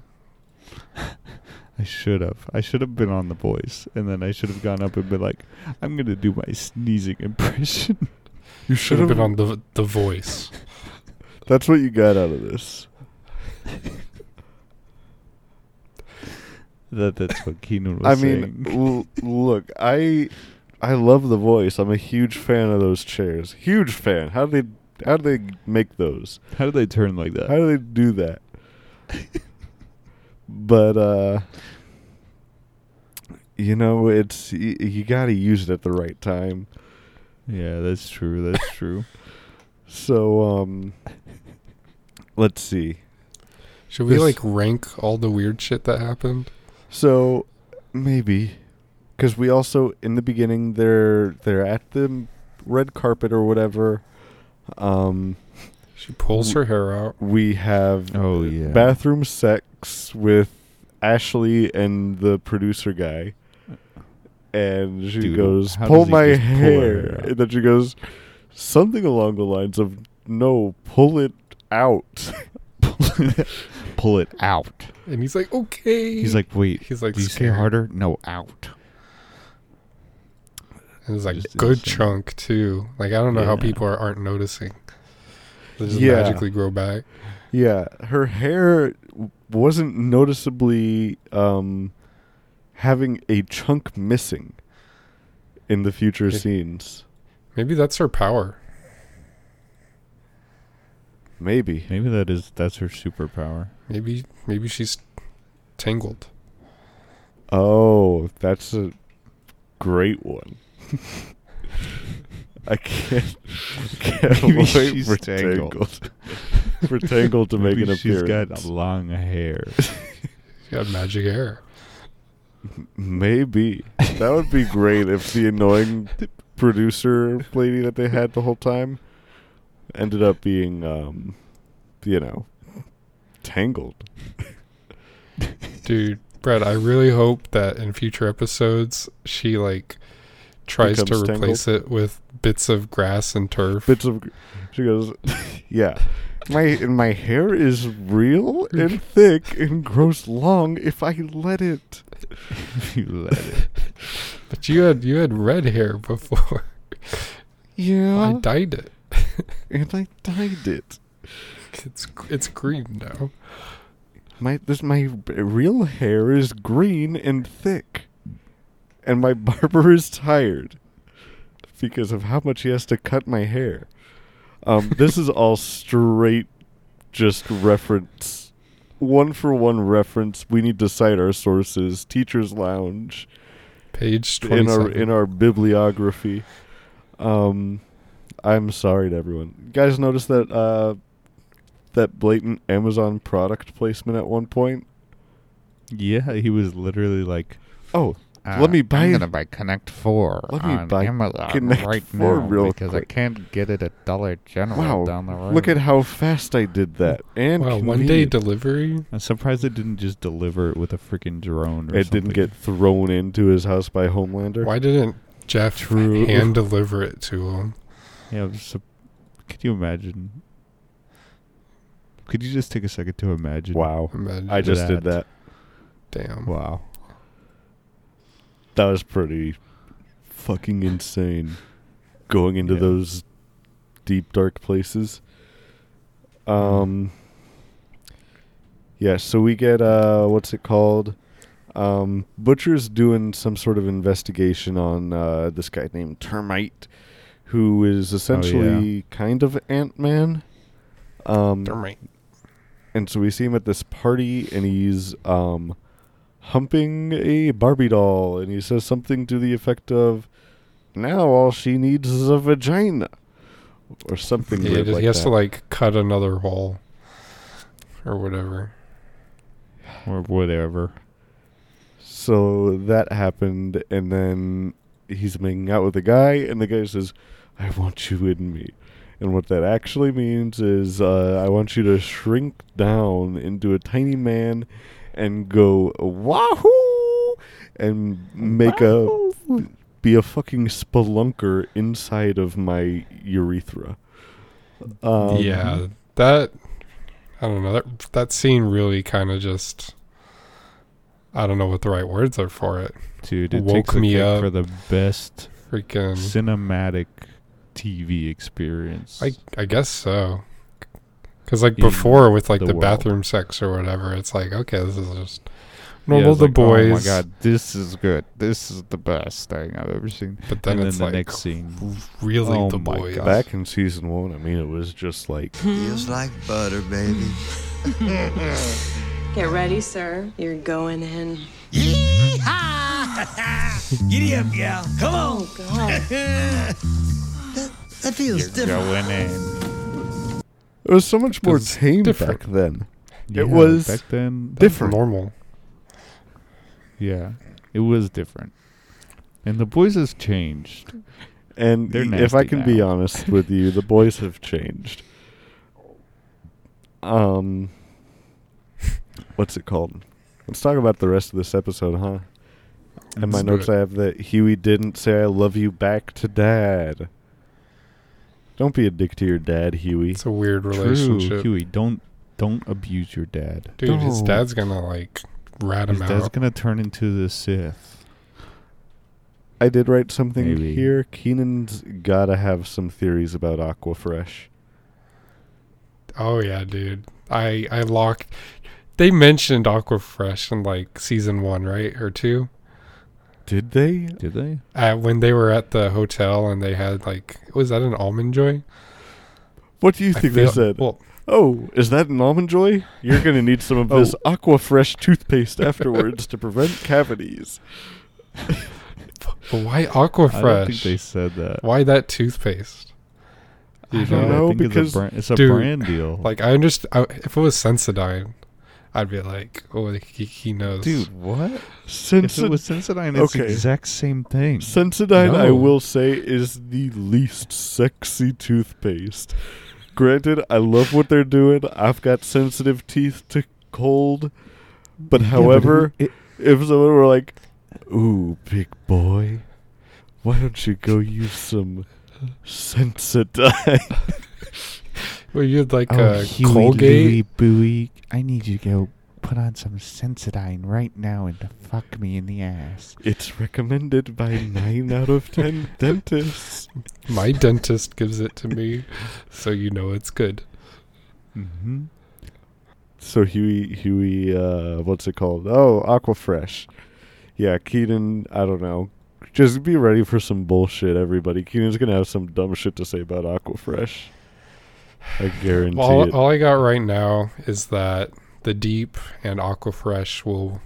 [SPEAKER 2] I should have. I should have been on The Voice. And then I should have gone up and been like, I'm going to do my sneezing impression.
[SPEAKER 3] you
[SPEAKER 4] Should have been on the the voice.
[SPEAKER 3] that's what you got out of this
[SPEAKER 2] that, that's what Keenan was
[SPEAKER 3] i
[SPEAKER 2] saying.
[SPEAKER 3] mean l- look i i love the voice i'm a huge fan of those chairs huge fan how do they how do they make those
[SPEAKER 2] How did they turn like
[SPEAKER 3] how
[SPEAKER 2] that?
[SPEAKER 3] do they do that but uh you know it's y- you gotta use it at the right time
[SPEAKER 2] Yeah, that's true. That's true.
[SPEAKER 3] So um let's see.
[SPEAKER 4] Should we
[SPEAKER 3] This-
[SPEAKER 4] like rank all the weird shit that happened?
[SPEAKER 3] So maybe cuz we also in the beginning they're they're at the red carpet or whatever um
[SPEAKER 4] She pulls her hair out.
[SPEAKER 3] we have
[SPEAKER 2] Oh, yeah.
[SPEAKER 3] bathroom sex with Ashley and the producer guy. And she
[SPEAKER 2] Dude,
[SPEAKER 3] goes,
[SPEAKER 2] how
[SPEAKER 3] "Pull
[SPEAKER 2] does he
[SPEAKER 3] my
[SPEAKER 2] just pull her
[SPEAKER 3] hair,"
[SPEAKER 2] hair out?
[SPEAKER 3] and then she goes something along the lines of, "No, pull it out."
[SPEAKER 2] Pull it out.
[SPEAKER 4] And he's like, okay.
[SPEAKER 2] He's like, wait.
[SPEAKER 4] He's like
[SPEAKER 2] do you say
[SPEAKER 4] scared.
[SPEAKER 2] harder? No, out.
[SPEAKER 4] and it's like
[SPEAKER 2] Just
[SPEAKER 4] good
[SPEAKER 2] insane.
[SPEAKER 4] chunk too. Like I don't know how
[SPEAKER 2] Yeah.
[SPEAKER 4] people are, aren't noticing. They just
[SPEAKER 3] Yeah.
[SPEAKER 4] magically grow back.
[SPEAKER 3] Yeah, her hair w- wasn't noticeably um, having a chunk missing in the future
[SPEAKER 4] Okay.
[SPEAKER 3] scenes.
[SPEAKER 4] Maybe that's her power.
[SPEAKER 3] Maybe.
[SPEAKER 2] Maybe that is that's her superpower.
[SPEAKER 4] Maybe maybe she's tangled.
[SPEAKER 3] Oh, that's a great one. I can't, can't
[SPEAKER 2] Maybe
[SPEAKER 3] wait
[SPEAKER 2] she's
[SPEAKER 3] for
[SPEAKER 2] Tangled.
[SPEAKER 3] Tangled. for Tangled to make
[SPEAKER 2] Maybe
[SPEAKER 3] an
[SPEAKER 2] she's got
[SPEAKER 3] appearance.
[SPEAKER 2] long hair.
[SPEAKER 4] She got magic hair.
[SPEAKER 3] Maybe. That would be great if the annoying producer lady that they had the whole time ended up being, um, you know, tangled.
[SPEAKER 4] Dude, Brad, I really hope that in future episodes she like tries to
[SPEAKER 3] Becomes
[SPEAKER 4] replace it with bits of grass and turf.
[SPEAKER 3] Bits of. She goes, yeah. My and my hair is real and thick and grows long if I let it.
[SPEAKER 2] you let it.
[SPEAKER 4] But you had you had red hair before. I
[SPEAKER 3] Yeah,
[SPEAKER 4] dyed it.
[SPEAKER 3] and I dyed it.
[SPEAKER 4] It's it's green now.
[SPEAKER 3] My this my b- real hair is green and thick, and my barber is tired because of how much he has to cut my hair. Um, this is all straight, just reference, one for one reference. We need to cite our sources. Teachers Lounge
[SPEAKER 4] Page twenty
[SPEAKER 3] in our
[SPEAKER 4] seven.
[SPEAKER 3] in our bibliography. Um, I'm sorry to everyone. You guys, notice that uh, that blatant Amazon product placement at one point.
[SPEAKER 2] Yeah, he was literally like,
[SPEAKER 3] Oh, Let me buy-
[SPEAKER 2] Uh, I'm gonna buy Connect Four
[SPEAKER 3] Let me
[SPEAKER 2] on
[SPEAKER 3] buy
[SPEAKER 2] Amazon
[SPEAKER 3] Connect
[SPEAKER 2] right
[SPEAKER 3] 4
[SPEAKER 2] now
[SPEAKER 3] real
[SPEAKER 2] because
[SPEAKER 3] quick."
[SPEAKER 2] I can't get it at Dollar General
[SPEAKER 3] wow!
[SPEAKER 2] down the road.
[SPEAKER 3] Look at how fast I did that. And
[SPEAKER 4] Wow, one day
[SPEAKER 3] convenient.
[SPEAKER 4] delivery.
[SPEAKER 2] I'm surprised it didn't just deliver it with a freaking drone. Or
[SPEAKER 3] it didn't
[SPEAKER 2] something.
[SPEAKER 3] get thrown into his house by Homelander.
[SPEAKER 4] Why didn't Jeff
[SPEAKER 3] True.
[SPEAKER 4] hand deliver it to him?
[SPEAKER 2] Yeah, I'm su- could you imagine? Could you just take a second to imagine?
[SPEAKER 3] Wow!
[SPEAKER 4] Imagine.
[SPEAKER 3] I just did
[SPEAKER 2] That.
[SPEAKER 3] that.
[SPEAKER 4] Damn.
[SPEAKER 2] Wow.
[SPEAKER 3] That was pretty fucking insane going into
[SPEAKER 2] Yeah.
[SPEAKER 3] those deep dark places. Um Yeah, so we get uh what's it called? Um Butcher's doing some sort of investigation on uh this guy named Termite who is essentially kind of Ant-Man. Um
[SPEAKER 4] Termite.
[SPEAKER 3] and so we see him at this party and he's um humping a barbie doll and he says something to the effect of now all she needs is a vagina or something
[SPEAKER 4] Yeah,
[SPEAKER 3] weird
[SPEAKER 4] he
[SPEAKER 3] like
[SPEAKER 4] has
[SPEAKER 3] that.
[SPEAKER 4] to like cut another hole or whatever.
[SPEAKER 2] or whatever.
[SPEAKER 3] so that happened and then he's making out with a guy and the guy says i want you in me and what that actually means is uh, i want you to shrink down into a tiny man and go wahoo and make a be a fucking spelunker inside of my urethra. Um,
[SPEAKER 4] yeah, that I don't know that that scene really kind of just I don't know what the right words are for it.
[SPEAKER 2] Dude, it
[SPEAKER 4] Woke
[SPEAKER 2] takes a
[SPEAKER 4] me
[SPEAKER 2] kick
[SPEAKER 4] up.
[SPEAKER 2] for the best
[SPEAKER 4] Freaking,
[SPEAKER 2] cinematic TV experience.
[SPEAKER 4] I I guess so. Because like
[SPEAKER 2] In
[SPEAKER 4] before with like
[SPEAKER 2] the
[SPEAKER 4] the,
[SPEAKER 2] world.
[SPEAKER 4] bathroom sex or whatever, it's like okay, this is just normal.
[SPEAKER 2] it's
[SPEAKER 4] the
[SPEAKER 2] like,
[SPEAKER 4] boys,
[SPEAKER 2] Oh my god, this is good. This is the best thing I've ever seen.
[SPEAKER 4] but then
[SPEAKER 2] and then
[SPEAKER 4] it's
[SPEAKER 2] the
[SPEAKER 4] like
[SPEAKER 2] next scene.
[SPEAKER 4] really
[SPEAKER 2] Oh
[SPEAKER 4] the
[SPEAKER 2] my
[SPEAKER 4] boys.
[SPEAKER 2] God.
[SPEAKER 3] Back in season one, I mean, it was just like
[SPEAKER 5] Feels like butter, baby.
[SPEAKER 1] Get ready, sir. You're going in.
[SPEAKER 6] Giddy up, gal. Come on.
[SPEAKER 1] Oh, God.
[SPEAKER 6] That feels different.
[SPEAKER 2] Going in.
[SPEAKER 3] it was so much more
[SPEAKER 4] It's
[SPEAKER 3] tame
[SPEAKER 4] different.
[SPEAKER 3] back then.
[SPEAKER 2] Yeah,
[SPEAKER 3] was
[SPEAKER 2] back then.
[SPEAKER 4] That's
[SPEAKER 3] different.
[SPEAKER 4] normal.
[SPEAKER 2] Yeah, it was different. And the boys has changed.
[SPEAKER 3] And
[SPEAKER 2] They're
[SPEAKER 3] y- if I
[SPEAKER 2] nasty
[SPEAKER 3] can be
[SPEAKER 2] now.
[SPEAKER 3] honest with you, the boys have changed. Um, what's it called? Let's talk about the rest of this episode, huh? And my
[SPEAKER 4] Let's do
[SPEAKER 3] notes,
[SPEAKER 4] it.
[SPEAKER 3] I have that Huey didn't say "I love you" back to Dad. Don't be a dick to your dad, Huey.
[SPEAKER 4] It's a weird
[SPEAKER 2] True,
[SPEAKER 4] relationship.
[SPEAKER 2] Huey. Don't don't abuse your dad.
[SPEAKER 4] Dude, his
[SPEAKER 3] No.
[SPEAKER 4] dad's gonna like rat him
[SPEAKER 2] His dad's
[SPEAKER 4] out.
[SPEAKER 2] gonna turn into the Sith.
[SPEAKER 3] I did write something
[SPEAKER 2] Maybe.
[SPEAKER 3] here. Keenan's gotta have some theories about Aquafresh.
[SPEAKER 4] Oh yeah, dude. I I locked. They mentioned Aquafresh in like season one, right or two,
[SPEAKER 3] Did they?
[SPEAKER 2] Did they?
[SPEAKER 4] uh, when they were at the hotel and they had like was that an almond joy?
[SPEAKER 3] What do you
[SPEAKER 4] I
[SPEAKER 3] think
[SPEAKER 4] feel-
[SPEAKER 3] they said?
[SPEAKER 4] Well,
[SPEAKER 3] oh, is that an almond joy? You're gonna need some of
[SPEAKER 2] Oh.
[SPEAKER 3] this Aquafresh toothpaste afterwards to prevent cavities.
[SPEAKER 4] but why
[SPEAKER 2] I don't think they
[SPEAKER 4] Aquafresh?
[SPEAKER 2] said that.
[SPEAKER 4] Why that toothpaste? You
[SPEAKER 2] I don't
[SPEAKER 3] know?
[SPEAKER 2] know. I think
[SPEAKER 3] because-
[SPEAKER 2] it's a, brand, it's a
[SPEAKER 4] dude,
[SPEAKER 2] brand deal.
[SPEAKER 4] Like I understand if it was Sensodyne, I'd be like, oh, he, he knows.
[SPEAKER 2] dude, what? If
[SPEAKER 3] Sensi-
[SPEAKER 2] it was Sensodyne, it's the
[SPEAKER 3] okay.
[SPEAKER 2] exact same thing.
[SPEAKER 3] Sensodyne, I
[SPEAKER 4] No.
[SPEAKER 3] will say, is the least sexy toothpaste. Granted, I love what they're doing. I've got sensitive teeth to cold, but however,
[SPEAKER 2] it-
[SPEAKER 3] if someone were like, "Ooh, big boy, why don't you go use some Sensodyne?"
[SPEAKER 4] well, you'd like
[SPEAKER 2] oh,
[SPEAKER 4] uh,
[SPEAKER 2] Huey,
[SPEAKER 4] Colgate.
[SPEAKER 2] Louie, Bowie, I need you to go put on some Sensodyne right now and fuck me in the ass.
[SPEAKER 3] it's recommended by nine out of ten dentists.
[SPEAKER 4] My dentist gives it to me, so you know it's good.
[SPEAKER 2] Mm-hmm.
[SPEAKER 3] So Huey, Huey, uh, what's it called? Oh, Aquafresh. Yeah, Keenan. I don't know. Just be ready for some bullshit, everybody. Keenan's gonna have some dumb shit to say about Aquafresh. I guarantee
[SPEAKER 4] All,
[SPEAKER 3] it.
[SPEAKER 4] all I got right now is that the Deep and Aquafresh will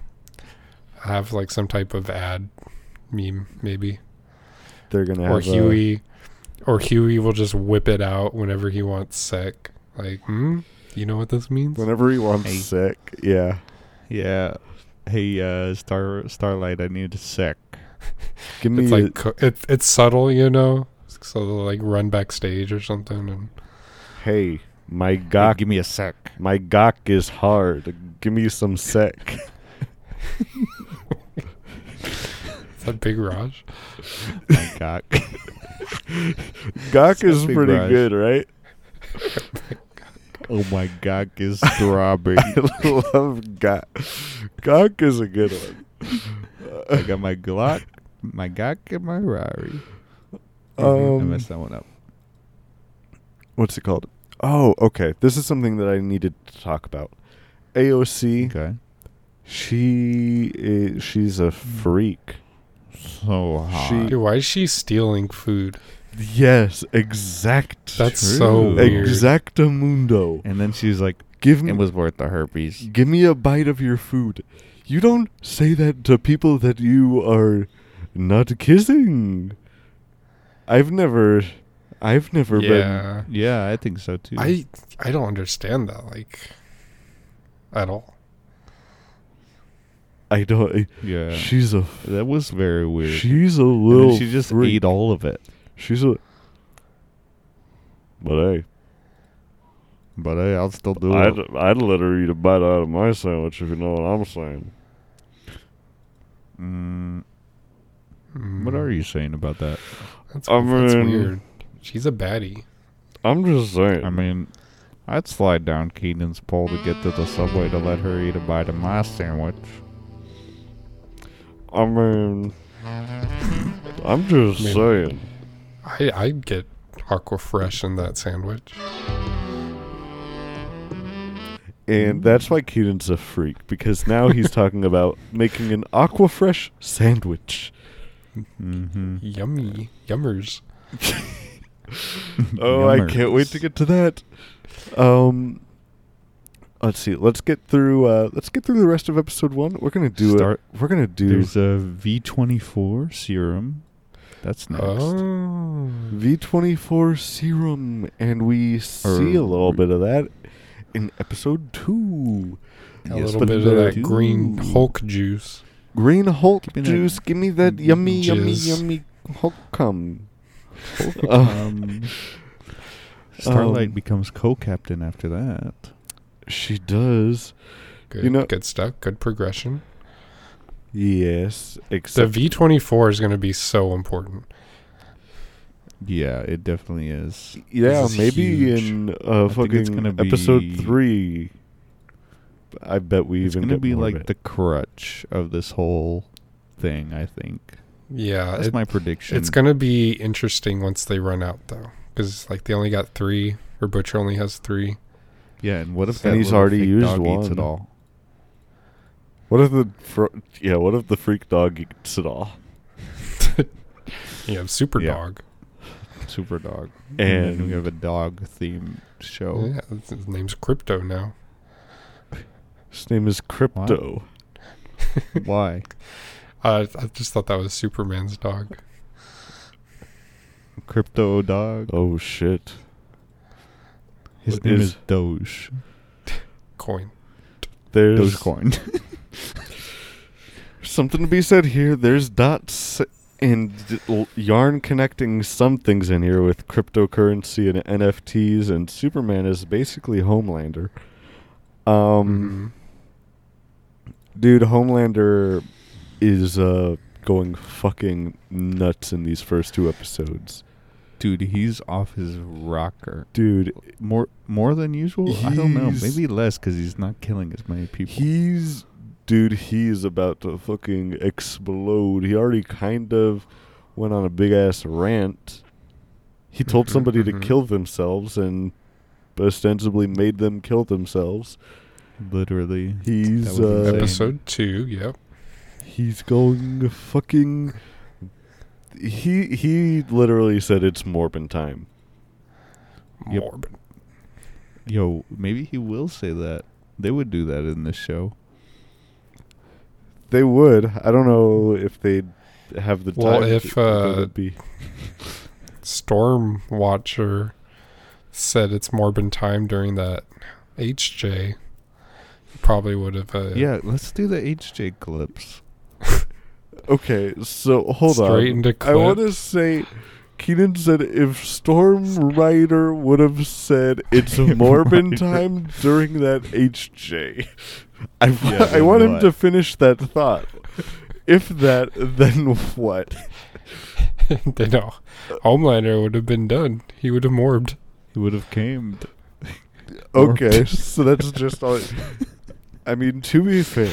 [SPEAKER 4] have like some type of ad meme, maybe,
[SPEAKER 3] They're gonna have
[SPEAKER 4] or
[SPEAKER 3] a-
[SPEAKER 4] Huey, or Huey will just whip it out whenever he wants sick. Like, hmm, you know what this means?
[SPEAKER 3] whenever he wants
[SPEAKER 2] Hey.
[SPEAKER 3] sick. Yeah,
[SPEAKER 2] Yeah. Hey, uh, Star Starlight, I need a sec.
[SPEAKER 3] give me.
[SPEAKER 4] It's
[SPEAKER 3] a-
[SPEAKER 4] like co- it, it's subtle, you know. So they'll like run backstage or something, and
[SPEAKER 3] hey, my
[SPEAKER 2] Hey,
[SPEAKER 3] gawk,
[SPEAKER 2] give me a sec.
[SPEAKER 3] my gawk is hard. Give me some sick.
[SPEAKER 4] is that Big Raj?
[SPEAKER 2] My God.
[SPEAKER 3] Gawk is
[SPEAKER 2] Something
[SPEAKER 3] pretty
[SPEAKER 2] Raj.
[SPEAKER 3] good, right?
[SPEAKER 2] oh my God, is throbbing.
[SPEAKER 3] I love gawk. Gawk is a good one.
[SPEAKER 2] I got my Glock. my Gaka Marari. I
[SPEAKER 3] Um,
[SPEAKER 2] messed that one up.
[SPEAKER 3] what's it called? Oh, okay. This is something that I needed to talk about. AOC,
[SPEAKER 2] Okay.
[SPEAKER 3] she is, she's
[SPEAKER 2] Hmm.
[SPEAKER 3] a freak.
[SPEAKER 2] So hot.
[SPEAKER 3] She-
[SPEAKER 4] Dude, why is she stealing food?
[SPEAKER 3] Yes, exact.
[SPEAKER 4] That's
[SPEAKER 2] True.
[SPEAKER 4] so weird.
[SPEAKER 3] exactamundo.
[SPEAKER 2] and then she's like,
[SPEAKER 3] Give me
[SPEAKER 2] it was worth the herpes.
[SPEAKER 3] give me a bite of your food. You don't say that to people that you are not kissing. I've never I've never been
[SPEAKER 4] Yeah.
[SPEAKER 2] Yeah, I think so too.
[SPEAKER 4] I I don't understand that like at all.
[SPEAKER 3] I don't
[SPEAKER 2] yeah.
[SPEAKER 3] she's a
[SPEAKER 2] that was very weird.
[SPEAKER 3] she's a
[SPEAKER 2] and
[SPEAKER 3] little
[SPEAKER 2] then she just
[SPEAKER 3] freak.
[SPEAKER 2] ate all of it.
[SPEAKER 3] She's a But hey,
[SPEAKER 2] But hey, I'll still do it.
[SPEAKER 3] I'd, I'd let her eat a bite out of my sandwich if you know what I'm saying.
[SPEAKER 2] Mm,
[SPEAKER 4] Mm,
[SPEAKER 2] what are you saying about that?
[SPEAKER 4] That's,
[SPEAKER 3] I
[SPEAKER 4] that's
[SPEAKER 3] mean-
[SPEAKER 4] weird. She's a baddie.
[SPEAKER 3] I'm just saying.
[SPEAKER 2] I mean, I'd slide down Keenan's pole to get to the subway to let her eat a bite of my sandwich.
[SPEAKER 3] I mean, I'm just
[SPEAKER 4] Maybe.
[SPEAKER 3] saying.
[SPEAKER 4] I I'd get aqua fresh in that sandwich.
[SPEAKER 3] And that's why Keaton's a freak because now he's talking about making an Aquafresh sandwich.
[SPEAKER 2] Mm-hmm.
[SPEAKER 4] Yummy. Yummers.
[SPEAKER 3] Oh, I can't wait to
[SPEAKER 2] Yummers.
[SPEAKER 3] get to that. Um, let's see. Let's get through. Uh, let's get through the rest of episode one. We're gonna do
[SPEAKER 2] Start-
[SPEAKER 3] it. We're gonna do
[SPEAKER 2] There's a V24 serum. That's next.
[SPEAKER 4] Oh.
[SPEAKER 3] V twenty four serum, and we see a little bit of that in episode two.
[SPEAKER 4] A
[SPEAKER 2] Yes,
[SPEAKER 4] little
[SPEAKER 3] but
[SPEAKER 4] bit of
[SPEAKER 3] there-
[SPEAKER 4] that green
[SPEAKER 2] Ooh.
[SPEAKER 4] Hulk juice.
[SPEAKER 3] Green Hulk
[SPEAKER 2] Give me that
[SPEAKER 3] juice. Give me that yummy, yummy,
[SPEAKER 4] jizz.
[SPEAKER 3] yummy Hulk cum. Uh,
[SPEAKER 2] um, Starlight
[SPEAKER 3] Um,
[SPEAKER 2] becomes co-captain after that.
[SPEAKER 3] She does.
[SPEAKER 4] Good,
[SPEAKER 3] You know-
[SPEAKER 4] good stuff. Good progression.
[SPEAKER 3] Yes,
[SPEAKER 4] The
[SPEAKER 3] except
[SPEAKER 4] V twenty four is going to be so important.
[SPEAKER 2] Yeah, it definitely is.
[SPEAKER 3] yeah,
[SPEAKER 4] is
[SPEAKER 3] maybe
[SPEAKER 4] huge.
[SPEAKER 3] in uh,
[SPEAKER 2] I think it's
[SPEAKER 3] fucking
[SPEAKER 2] gonna
[SPEAKER 3] episode
[SPEAKER 2] be-
[SPEAKER 3] three. I bet we
[SPEAKER 2] It's
[SPEAKER 3] even
[SPEAKER 2] gonna
[SPEAKER 3] get
[SPEAKER 2] be
[SPEAKER 3] more of
[SPEAKER 2] like
[SPEAKER 3] it.
[SPEAKER 2] the crutch of this whole thing. I think
[SPEAKER 3] Uh,
[SPEAKER 4] Yeah,
[SPEAKER 2] that's
[SPEAKER 4] it-
[SPEAKER 2] my prediction.
[SPEAKER 4] it's going to be interesting once they run out though, because like they only got three, or Butcher only has three.
[SPEAKER 2] yeah. And what if
[SPEAKER 3] And
[SPEAKER 2] that
[SPEAKER 3] he's
[SPEAKER 2] little
[SPEAKER 3] already
[SPEAKER 2] fake
[SPEAKER 3] used
[SPEAKER 2] dog eats it
[SPEAKER 3] one.
[SPEAKER 2] all?
[SPEAKER 3] What if the fro- yeah? What if the freak dog eats it all?
[SPEAKER 4] You have Super
[SPEAKER 2] Yeah.
[SPEAKER 4] Dog.
[SPEAKER 2] Super dog,
[SPEAKER 3] And-
[SPEAKER 2] then we have a dog themed show.
[SPEAKER 4] Yeah, his- his name's Crypto now.
[SPEAKER 3] His name is Crypto.
[SPEAKER 2] Why?
[SPEAKER 4] Uh, I just thought that was Superman's dog.
[SPEAKER 2] Crypto dog.
[SPEAKER 3] Oh shit!
[SPEAKER 2] His
[SPEAKER 3] What
[SPEAKER 2] name
[SPEAKER 3] is-
[SPEAKER 2] is Doge.
[SPEAKER 4] Coin.
[SPEAKER 3] There's
[SPEAKER 2] Dogecoin.
[SPEAKER 3] something to be said here. There's dots and d- l- yarn connecting some things in here with cryptocurrency and NFTs, and Superman is basically Homelander. Um, dude, Homelander is uh going fucking nuts in these first two episodes.
[SPEAKER 2] Dude, he's off his rocker.
[SPEAKER 3] Dude,
[SPEAKER 2] More more than usual? I don't know.
[SPEAKER 3] He's-
[SPEAKER 2] Maybe less because he's not killing as many people.
[SPEAKER 3] He's dude, he is about to fucking explode. He already kind of went on a big ass rant. He told
[SPEAKER 4] Mhm,
[SPEAKER 3] somebody to
[SPEAKER 4] mhm.
[SPEAKER 3] kill themselves and ostensibly made them kill themselves.
[SPEAKER 2] Literally.
[SPEAKER 3] He's
[SPEAKER 2] That was
[SPEAKER 3] uh,
[SPEAKER 2] insane.
[SPEAKER 4] Mm-hmm. Episode two. Yep.
[SPEAKER 3] he's going fucking he he literally said it's Morbin time.
[SPEAKER 2] Yep.
[SPEAKER 4] Morbid.
[SPEAKER 2] Yo, maybe he will say that. They would do that in this show.
[SPEAKER 3] They would. I don't know if they'd have the
[SPEAKER 4] Well,
[SPEAKER 3] time. to-
[SPEAKER 4] if,
[SPEAKER 3] but
[SPEAKER 4] uh,
[SPEAKER 3] it'd be
[SPEAKER 4] Storm Watcher said it's Morbin time during that HJ. Probably would have. Uh,
[SPEAKER 2] Yeah, let's do the HJ clips.
[SPEAKER 3] Okay, so hold
[SPEAKER 4] Straight
[SPEAKER 3] on.
[SPEAKER 4] into
[SPEAKER 3] I want to
[SPEAKER 4] clip.
[SPEAKER 3] say, Keenan said if Storm Rider would have said it's Morbin time during that HJ, I, wa-
[SPEAKER 2] Yeah,
[SPEAKER 3] I want him
[SPEAKER 2] what?
[SPEAKER 3] to finish that thought. If that, then what?
[SPEAKER 4] they know. Homelander would have been done. He would have morbed.
[SPEAKER 2] He would have came.
[SPEAKER 3] Okay, so that's just all. I mean, to be fair,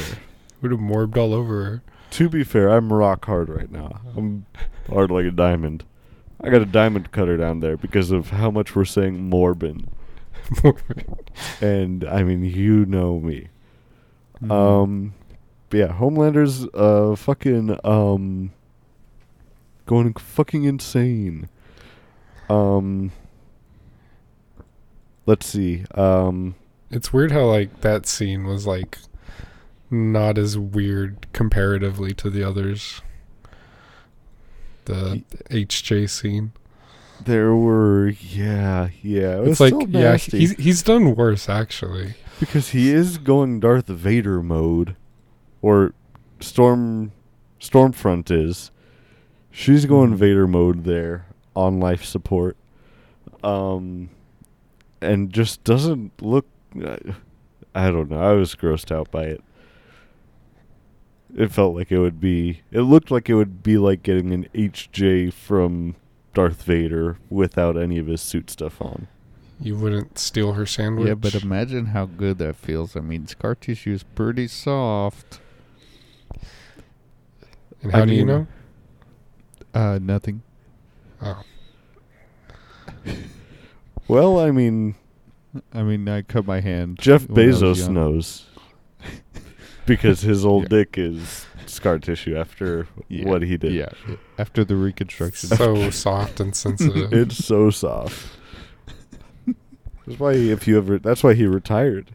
[SPEAKER 4] Would have morbed all over her.
[SPEAKER 3] to be fair, I'm rock hard right now. I'm hard like a diamond. I got a diamond cutter down there because of how much we're saying Morbin. And I mean, you know me.
[SPEAKER 2] Mm.
[SPEAKER 4] Mm-hmm.
[SPEAKER 3] Um, but yeah, Homelander's uh fucking um going fucking insane. Um, let's see. Um,
[SPEAKER 4] It's weird how like that scene was like not as weird comparatively to the others. The HJ scene.
[SPEAKER 3] there were yeah yeah. It was
[SPEAKER 4] It's like
[SPEAKER 3] still
[SPEAKER 4] yeah,
[SPEAKER 3] nasty.
[SPEAKER 4] he's he's done worse actually.
[SPEAKER 3] Because he is going Darth Vader mode, or Storm Stormfront is. She's going Vader mode there on life support, um, and just doesn't look. I, I don't know. I was grossed out by it. It felt like it would be. It looked like it would be like getting an HJ from Darth Vader without any of his suit stuff on.
[SPEAKER 4] You wouldn't steal her sandwich.
[SPEAKER 2] Yeah, but um, imagine how good that feels. I mean, scar tissue is pretty soft.
[SPEAKER 4] and
[SPEAKER 3] I
[SPEAKER 4] how do
[SPEAKER 3] mean-
[SPEAKER 4] you know?
[SPEAKER 2] Uh, nothing.
[SPEAKER 4] Oh,
[SPEAKER 3] Well, I mean,
[SPEAKER 2] I mean, I cut my hand.
[SPEAKER 3] Jeff
[SPEAKER 2] when I was
[SPEAKER 3] Bezos
[SPEAKER 2] young.
[SPEAKER 3] knows because his old
[SPEAKER 2] Yeah.
[SPEAKER 3] dick is scar tissue after
[SPEAKER 2] Yeah,
[SPEAKER 3] what he did.
[SPEAKER 2] Yeah, after the reconstruction.
[SPEAKER 4] so soft and sensitive.
[SPEAKER 3] It's so soft. That's why if you ever that's why he retired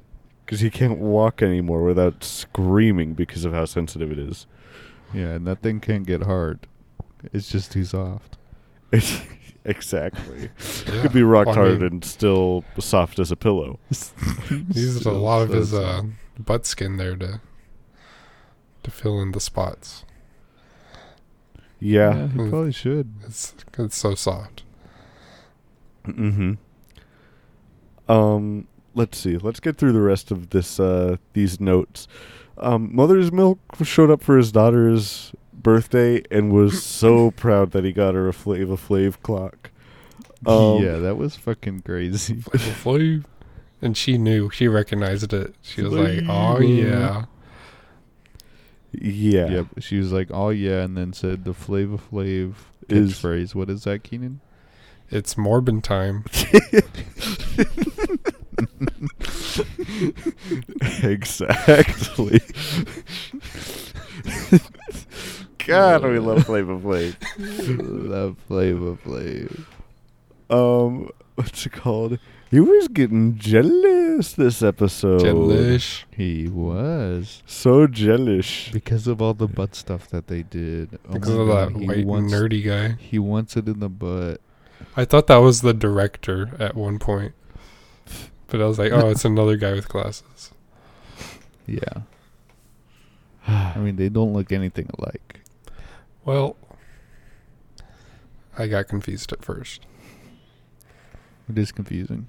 [SPEAKER 3] cuz he can't walk anymore without screaming because of how sensitive it is.
[SPEAKER 2] yeah, and that thing can't get hard. It's just too soft.
[SPEAKER 3] It's exactly.
[SPEAKER 4] Yeah.
[SPEAKER 3] Could be rock
[SPEAKER 4] I
[SPEAKER 3] hard
[SPEAKER 4] mean,
[SPEAKER 3] and still soft as a pillow.
[SPEAKER 4] He used a
[SPEAKER 2] So-
[SPEAKER 4] lot of
[SPEAKER 2] so
[SPEAKER 4] his uh,
[SPEAKER 2] soft.
[SPEAKER 4] butt skin there to to fill in the spots.
[SPEAKER 3] Yeah.
[SPEAKER 2] Yeah, he probably should.
[SPEAKER 4] It's it's so soft.
[SPEAKER 3] Mm-hmm. Um, let's see. Let's get through the rest of this. Uh, these notes. Um, Mother's Milk showed up for his daughter's birthday and was so proud that he got her a Flava Flav clock. Um,
[SPEAKER 2] yeah, that was fucking crazy.
[SPEAKER 4] Flavor Flav. And she knew. She recognized it. She was like, "Oh
[SPEAKER 2] Flavor.
[SPEAKER 4] yeah,
[SPEAKER 3] Yeah.
[SPEAKER 2] Yep. She was like, "Oh yeah," and then said the Flava Flav
[SPEAKER 3] Is-
[SPEAKER 2] catchphrase. What is that, Keenan?
[SPEAKER 4] it's Morbin time."
[SPEAKER 3] Exactly. God, we love Flava Flav.
[SPEAKER 2] the Flava Flav.
[SPEAKER 3] Um, what's it called? He was getting jealous this episode.
[SPEAKER 4] Jellish.
[SPEAKER 2] He was
[SPEAKER 3] So jealous.
[SPEAKER 2] because of all the butt stuff that they did. Oh my
[SPEAKER 4] Because of
[SPEAKER 2] God,
[SPEAKER 4] that
[SPEAKER 2] he
[SPEAKER 4] white
[SPEAKER 2] wants-
[SPEAKER 4] nerdy guy.
[SPEAKER 2] He wants it in the butt.
[SPEAKER 4] I thought that was the director at one point, but I was like, "Oh, it's another guy with glasses."
[SPEAKER 2] Yeah. I mean, they don't look anything alike.
[SPEAKER 4] Well, I got confused at first.
[SPEAKER 2] It is confusing.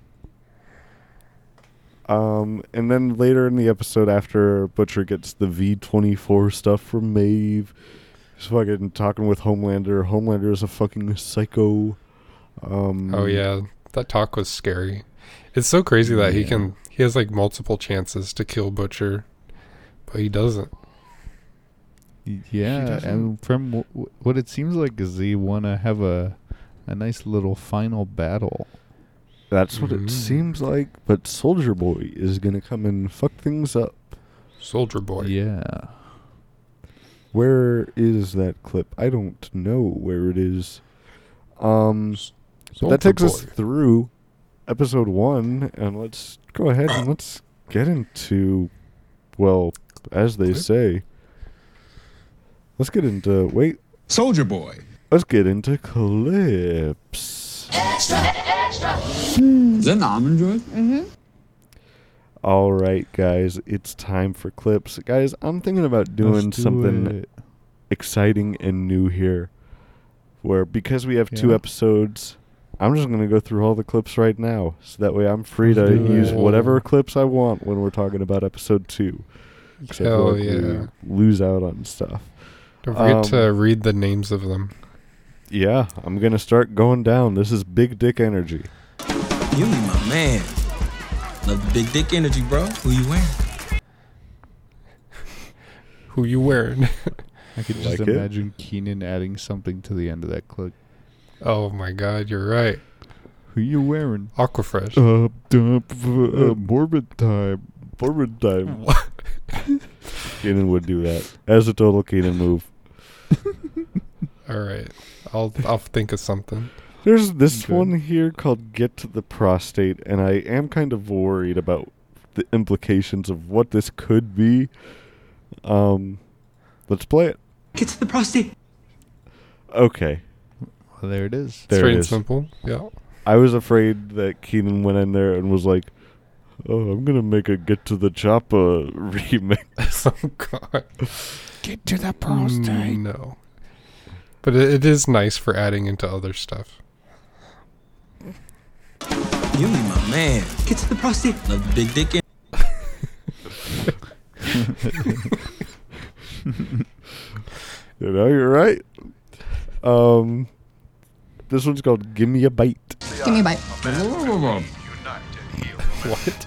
[SPEAKER 3] Um, and then later in the episode, after Butcher gets the V twenty four stuff from Maeve, he's fucking talking with Homelander. Homelander is a fucking psycho. Um,
[SPEAKER 2] Mm.
[SPEAKER 4] Oh yeah, that talk was scary. It's so crazy that he
[SPEAKER 2] Yeah.
[SPEAKER 4] can he has like multiple chances to kill Butcher, but he doesn't.
[SPEAKER 2] Y- Yeah, and
[SPEAKER 3] doesn't-
[SPEAKER 2] from w- w- what it seems like is they want to have a a nice little final battle.
[SPEAKER 3] that's what
[SPEAKER 4] Mm.
[SPEAKER 3] it seems like. But Soldier Boy is gonna come and fuck things up.
[SPEAKER 4] Soldier boy.
[SPEAKER 2] Yeah.
[SPEAKER 3] Where is that clip? I don't know where it is. Um, but
[SPEAKER 4] Soldier
[SPEAKER 3] that takes us
[SPEAKER 4] Boy.
[SPEAKER 3] through episode one, and let's go ahead and let's get into, well, as they say, let's get into. Wait,
[SPEAKER 6] Soldier boy.
[SPEAKER 3] let's get into clips.
[SPEAKER 5] Is that an almond joy?
[SPEAKER 3] All right, guys, it's time for clips, guys. I'm thinking about doing
[SPEAKER 2] Let's do
[SPEAKER 3] something
[SPEAKER 2] it.
[SPEAKER 3] exciting and new here. Where because we have two
[SPEAKER 2] Yeah.
[SPEAKER 3] episodes, I'm just gonna go through all the clips right now, so that way I'm free
[SPEAKER 2] Let's
[SPEAKER 3] to
[SPEAKER 2] do
[SPEAKER 3] use
[SPEAKER 4] it.
[SPEAKER 3] whatever clips I want when we're talking about episode two. 'Cause I feel
[SPEAKER 4] Hell
[SPEAKER 3] like we
[SPEAKER 4] yeah.
[SPEAKER 3] lose out on stuff.
[SPEAKER 4] Don't forget
[SPEAKER 3] Um,
[SPEAKER 4] to read the names of them.
[SPEAKER 3] Yeah, I'm gonna start going down. This is big dick energy.
[SPEAKER 6] You be my man. Love the big dick energy, bro. Who you wearing?
[SPEAKER 4] Who you wearing?
[SPEAKER 2] I could just
[SPEAKER 3] Like it?
[SPEAKER 2] imagine Keenan adding something to the end of that clip.
[SPEAKER 4] Oh my god, you're right.
[SPEAKER 2] Who you wearing?
[SPEAKER 4] Aquafresh.
[SPEAKER 2] Uh, dump, uh, morbid time.
[SPEAKER 3] Forward time. Keenan would do that as a total Keenan move.
[SPEAKER 4] All right. I'll I'll think of something.
[SPEAKER 3] There's this
[SPEAKER 2] Okay.
[SPEAKER 3] one here called "Get to the Prostate," and I am kind of worried about the implications of what this could be. Um, let's play it.
[SPEAKER 6] Get to the prostate.
[SPEAKER 3] Okay,
[SPEAKER 2] Well, Oh, there it is.
[SPEAKER 3] there
[SPEAKER 4] Straight
[SPEAKER 3] it
[SPEAKER 4] and
[SPEAKER 3] is.
[SPEAKER 4] simple. Yeah.
[SPEAKER 3] I was afraid that Keenan went in there and was like, "Oh, I'm gonna make a Get to the Chopper remake."
[SPEAKER 4] oh god.
[SPEAKER 2] Get to the
[SPEAKER 3] Mm.
[SPEAKER 4] No. But it, it is nice for adding into other stuff.
[SPEAKER 6] You ain't my man. Get to the prostate. Love the big dick. and-
[SPEAKER 3] You know, you're right. Um, this one's called "Give Me a Bite."
[SPEAKER 7] Give me a bite.
[SPEAKER 4] What?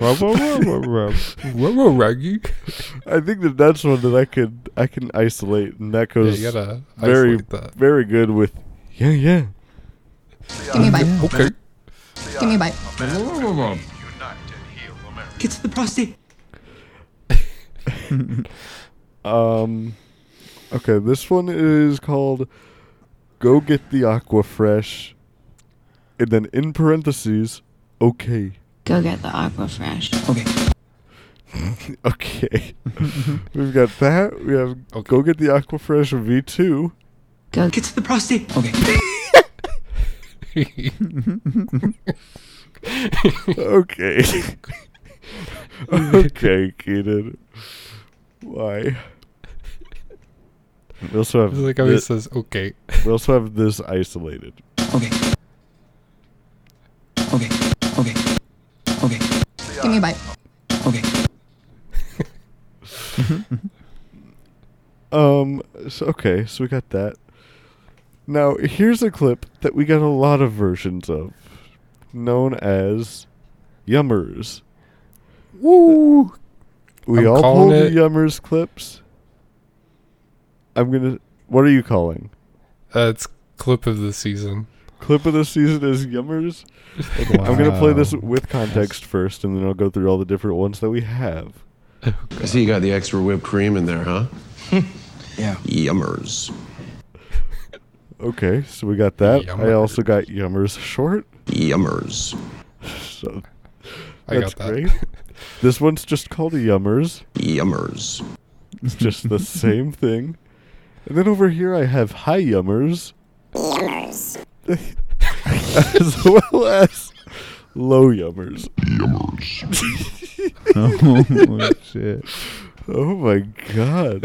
[SPEAKER 2] Rub, rub, rub, rub, rub.
[SPEAKER 4] Whoa, Raggy.
[SPEAKER 3] I think that that's one that I could I can isolate, and that
[SPEAKER 4] Yeah,
[SPEAKER 3] goes
[SPEAKER 4] you gotta
[SPEAKER 3] very
[SPEAKER 4] isolate that.
[SPEAKER 3] very good with yeah yeah.
[SPEAKER 7] Give me a bite.
[SPEAKER 4] Okay.
[SPEAKER 7] Give me a bite.
[SPEAKER 6] Get to the prostate.
[SPEAKER 3] Um, okay, this one is called "Go Get the Aqua Fresh," and then in parentheses, okay,
[SPEAKER 8] Go get the aqua fresh.
[SPEAKER 6] Okay.
[SPEAKER 3] okay. We've got that. We have
[SPEAKER 4] Okay.
[SPEAKER 3] "Go Get the Aqua Fresh" V two.
[SPEAKER 8] Go
[SPEAKER 6] Get to the prostate. Okay.
[SPEAKER 3] Okay, okay, Keenan. Why? We also have
[SPEAKER 4] It's like how
[SPEAKER 3] thi-
[SPEAKER 4] he says, okay.
[SPEAKER 3] we also have this isolated.
[SPEAKER 6] Okay. Okay. Okay. Okay.
[SPEAKER 7] Give me a bite.
[SPEAKER 6] Okay.
[SPEAKER 3] Um. So, okay. So we got that. Now here's a clip that we got a lot of versions of, known as yummers.
[SPEAKER 4] Woo!
[SPEAKER 3] We
[SPEAKER 4] I'm
[SPEAKER 3] all
[SPEAKER 4] calling
[SPEAKER 3] pulled the
[SPEAKER 4] it-
[SPEAKER 3] yummers clips. I'm gonna. What are you calling?
[SPEAKER 4] Uh, it's clip of the season.
[SPEAKER 3] Clip of the season is yummers. I'm gonna play this
[SPEAKER 2] Wow.
[SPEAKER 3] with context first, and then I'll go through all the different ones that we have.
[SPEAKER 9] I see you got the extra whipped cream in there, huh?
[SPEAKER 6] Yeah.
[SPEAKER 9] Yummers.
[SPEAKER 3] Okay, so we got that. I
[SPEAKER 4] Yummers.
[SPEAKER 3] also got yummers short.
[SPEAKER 9] Yummers.
[SPEAKER 3] So
[SPEAKER 4] I
[SPEAKER 3] that's
[SPEAKER 4] got that.
[SPEAKER 3] great. this one's just called a yummers.
[SPEAKER 9] Yummers.
[SPEAKER 3] It's just the same thing. And then over here I have high yummers. as well as low yummers.
[SPEAKER 2] oh shit!
[SPEAKER 3] Oh my god.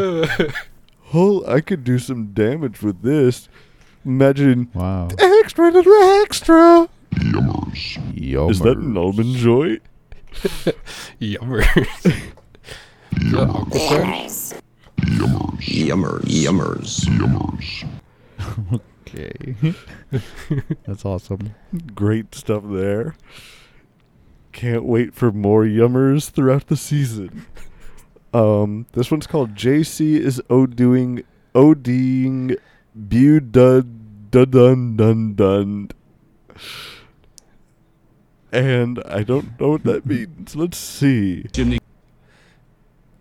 [SPEAKER 3] Whole I could do some damage with this. Imagine
[SPEAKER 2] Wow.
[SPEAKER 3] extra little extra.
[SPEAKER 2] Yummers.
[SPEAKER 3] Is that an almond joy?
[SPEAKER 4] Yummers. Yeah, Aquafresh.
[SPEAKER 9] Yummers. Yummers.
[SPEAKER 2] okay? That's awesome.
[SPEAKER 3] Great stuff there. Can't wait for more yummers throughout the season. Um, this one's called JC is O-doing, ODing, bu dun dun dun dun dun. And I don't know what that means. Let's see.
[SPEAKER 6] Jimmy.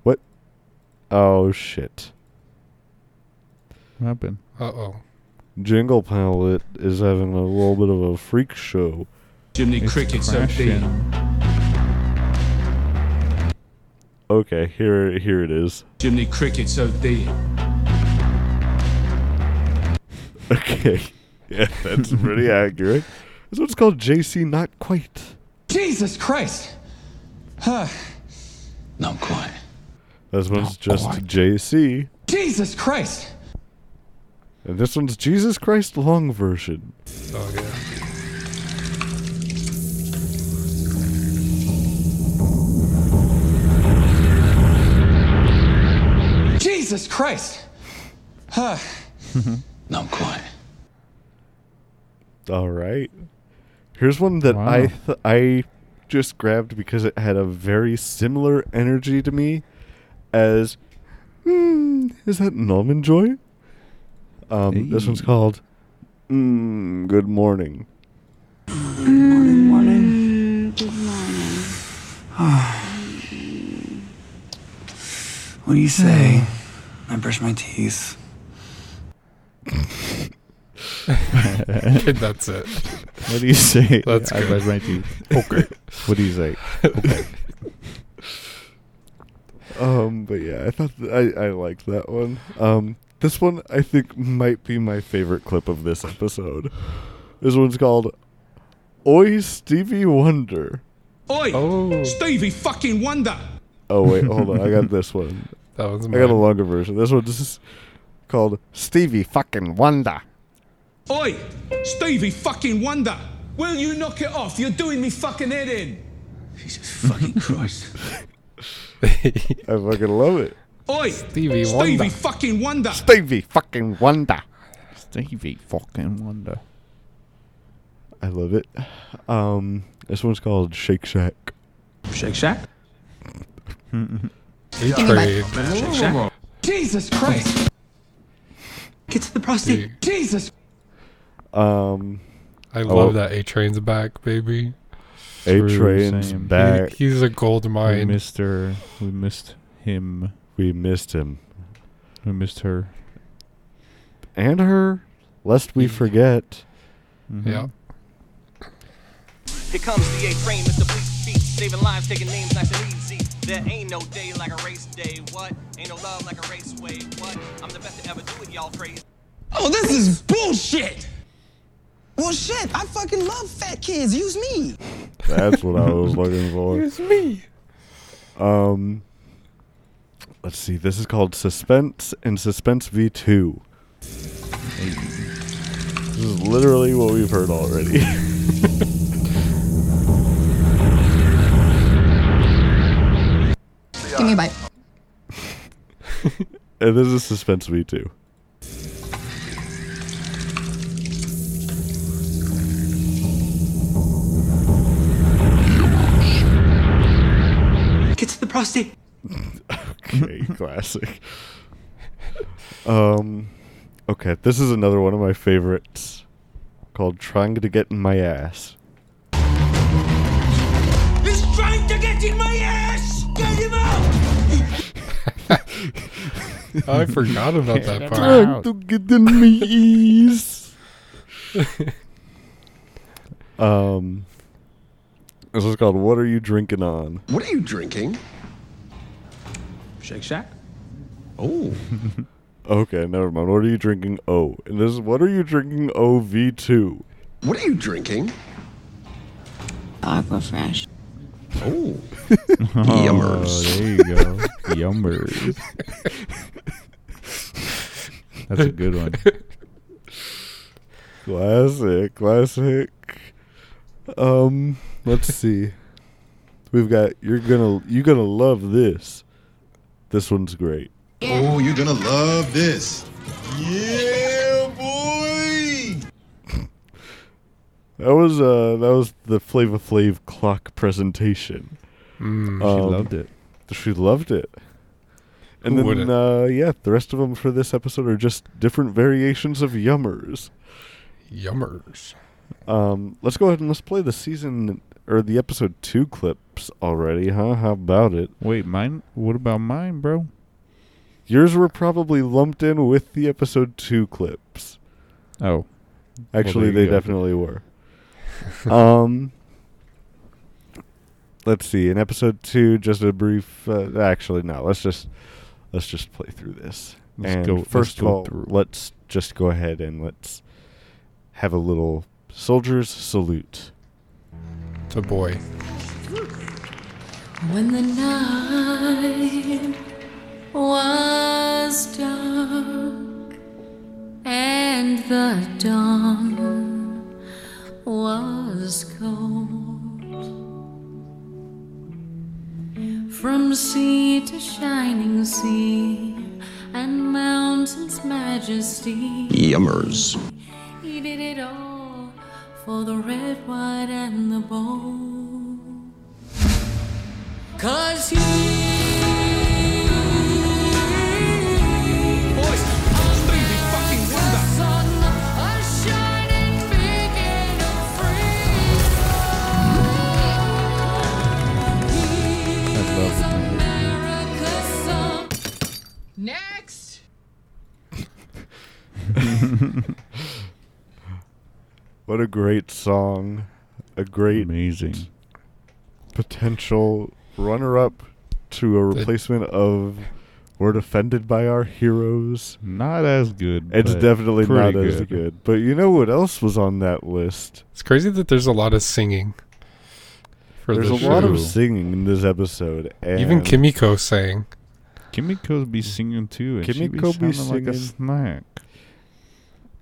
[SPEAKER 3] What? Oh, shit.
[SPEAKER 2] What happened?
[SPEAKER 4] Uh-oh.
[SPEAKER 3] Jingle Palette is having a little bit of a freak show.
[SPEAKER 6] Jimmy
[SPEAKER 2] It's crashing.
[SPEAKER 3] Okay, here, here it is.
[SPEAKER 6] Jimmy Cricket's out there.
[SPEAKER 3] Okay. Yeah, that's pretty accurate. This one's called JC Not Quite.
[SPEAKER 6] Jesus Christ. Huh. Not quite.
[SPEAKER 3] This one's just JC.
[SPEAKER 6] Jesus Christ.
[SPEAKER 3] And this one's Jesus Christ Long Version.
[SPEAKER 4] Oh, yeah.
[SPEAKER 6] Jesus Christ. Huh. Not quite.
[SPEAKER 3] All right. Here's one that I th- I just grabbed because it had a very similar energy to me as hmm, Is that an almond joy? Um, This one's called mm, Good Morning.
[SPEAKER 8] Good morning.
[SPEAKER 5] What do you say? I brush my teeth.
[SPEAKER 4] And that's it.
[SPEAKER 2] What do you say?
[SPEAKER 4] That's
[SPEAKER 2] I
[SPEAKER 4] good.
[SPEAKER 2] brush my teeth.
[SPEAKER 3] Oh.
[SPEAKER 2] Okay. what do you say?
[SPEAKER 3] Um, but yeah, I thought th- I I liked that one. Um, this one I think might be my favorite clip of this episode. This one's called "Oi Stevie Wonder."
[SPEAKER 10] Oi!
[SPEAKER 4] Oh,
[SPEAKER 10] Stevie fucking Wonder!
[SPEAKER 3] Oh wait, hold on, I got this one.
[SPEAKER 4] that was
[SPEAKER 3] I got a
[SPEAKER 4] mine.
[SPEAKER 3] longer version. This one's just called "Stevie Fucking Wonder."
[SPEAKER 10] Oi! Stevie fucking Wonder! Will you knock it off? You're doing me fucking head in!
[SPEAKER 5] Jesus fucking Christ.
[SPEAKER 3] I fucking love it.
[SPEAKER 10] Oi!
[SPEAKER 4] Stevie
[SPEAKER 10] Stevie
[SPEAKER 4] Wonder.
[SPEAKER 10] fucking Wonder!
[SPEAKER 3] Stevie Fucking Wonder.
[SPEAKER 2] Stevie fucking wonder.
[SPEAKER 3] I love it. Um, this one's called Shake Shack.
[SPEAKER 6] Shake Shack?
[SPEAKER 4] E-Trade.
[SPEAKER 6] Shake Shack?
[SPEAKER 10] Jesus Christ!
[SPEAKER 6] Get to the prostate.
[SPEAKER 10] Jesus!
[SPEAKER 3] Um,
[SPEAKER 4] I
[SPEAKER 3] Oh.
[SPEAKER 4] love that A-Train's back, baby.
[SPEAKER 3] A
[SPEAKER 2] True,
[SPEAKER 3] Train's
[SPEAKER 2] same.
[SPEAKER 4] He-
[SPEAKER 3] back.
[SPEAKER 4] he's a gold
[SPEAKER 2] We
[SPEAKER 4] mine.
[SPEAKER 2] missed her. We missed him.
[SPEAKER 3] We missed him
[SPEAKER 2] We missed her.
[SPEAKER 3] and her. Lest we forget.
[SPEAKER 4] Yeah.
[SPEAKER 10] Here comes the A-frame, Mr. Bleach Beat. Saving lives, taking names nice and easy. There ain't no day like a race day, what? Ain't no love like a raceway, what? I'm the best to ever do it, y'all crazy.
[SPEAKER 6] Oh, this is bullshit! Well, shit, I fucking love fat kids. Use me.
[SPEAKER 3] That's what I was looking for.
[SPEAKER 4] It's me.
[SPEAKER 3] Um, let's see. This is called Suspense and Suspense V2. This is literally what we've heard already.
[SPEAKER 7] Give me a bite.
[SPEAKER 3] and this is Suspense V2.
[SPEAKER 6] Get to the prostate.
[SPEAKER 3] Okay, classic. Um, okay, this is another one of my favorites called Trying to Get in My Ass.
[SPEAKER 10] He's trying to get in my ass! Get him out!
[SPEAKER 4] I forgot about that part.
[SPEAKER 3] Trying to get in my ass. um, this is called What Are You Drinking On?
[SPEAKER 9] What are you drinking?
[SPEAKER 6] Shake Shack?
[SPEAKER 9] Oh,
[SPEAKER 3] Okay, never mind. What are you drinking? O. And this is What Are You Drinking OV2?
[SPEAKER 9] what are you drinking?
[SPEAKER 8] Aqua Fresh.
[SPEAKER 9] Oh,
[SPEAKER 2] Oh,
[SPEAKER 9] yummers.
[SPEAKER 2] there you go. Yummers. That's a good one.
[SPEAKER 3] Classic, classic. Um, let's see. We've got you're gonna you're gonna love this. This one's great.
[SPEAKER 9] Oh, you're gonna love this. Yeah, boy.
[SPEAKER 3] That was uh that was the Flava Flav clock presentation.
[SPEAKER 2] Mm, She
[SPEAKER 3] Um,
[SPEAKER 2] loved it.
[SPEAKER 3] She loved it. And
[SPEAKER 4] Who
[SPEAKER 3] then
[SPEAKER 4] wouldn't?
[SPEAKER 3] uh, yeah, the rest of them for this episode are just different variations of yummers.
[SPEAKER 4] Yummers.
[SPEAKER 3] Um, let's go ahead and let's play the season or the episode two clips already, huh? How about it?
[SPEAKER 2] Wait, mine? What about mine, bro?
[SPEAKER 3] Yours were probably lumped in with the episode two clips.
[SPEAKER 2] Oh,
[SPEAKER 3] Actually,
[SPEAKER 2] there
[SPEAKER 3] they
[SPEAKER 2] you go.
[SPEAKER 3] definitely were. um, let's see. In episode two, just a brief. Uh, actually, no. Let's just let's just play through this.
[SPEAKER 2] Let's
[SPEAKER 3] and
[SPEAKER 2] go- let's
[SPEAKER 3] 1st of
[SPEAKER 2] go
[SPEAKER 3] all,
[SPEAKER 2] through.
[SPEAKER 3] let's just go ahead and let's have a little soldiers salute.
[SPEAKER 4] It's a boy.
[SPEAKER 8] When the night was dark and the dawn was cold, from sea to shining sea and mountains'
[SPEAKER 6] Oh,
[SPEAKER 8] majesty.
[SPEAKER 9] Yummers.
[SPEAKER 8] He did it all for the red, white, and the bold. Cause he
[SPEAKER 11] Next.
[SPEAKER 3] What a great song. A great
[SPEAKER 2] amazing
[SPEAKER 3] potential runner up to a replacement of We're Defended by Our Heroes.
[SPEAKER 2] Not as good.
[SPEAKER 3] It's
[SPEAKER 2] but
[SPEAKER 3] definitely not
[SPEAKER 2] pretty
[SPEAKER 3] as
[SPEAKER 2] good.
[SPEAKER 3] good. But you know what else was on that list?
[SPEAKER 4] It's crazy that there's a lot of singing. For
[SPEAKER 3] There's a
[SPEAKER 4] this
[SPEAKER 3] lot of
[SPEAKER 4] show.
[SPEAKER 3] singing in this episode. And
[SPEAKER 4] Even Kimiko sang.
[SPEAKER 2] Kimiko be singing too, and she be
[SPEAKER 3] Kimiko be
[SPEAKER 2] sounding like a
[SPEAKER 3] singing.
[SPEAKER 2] snack.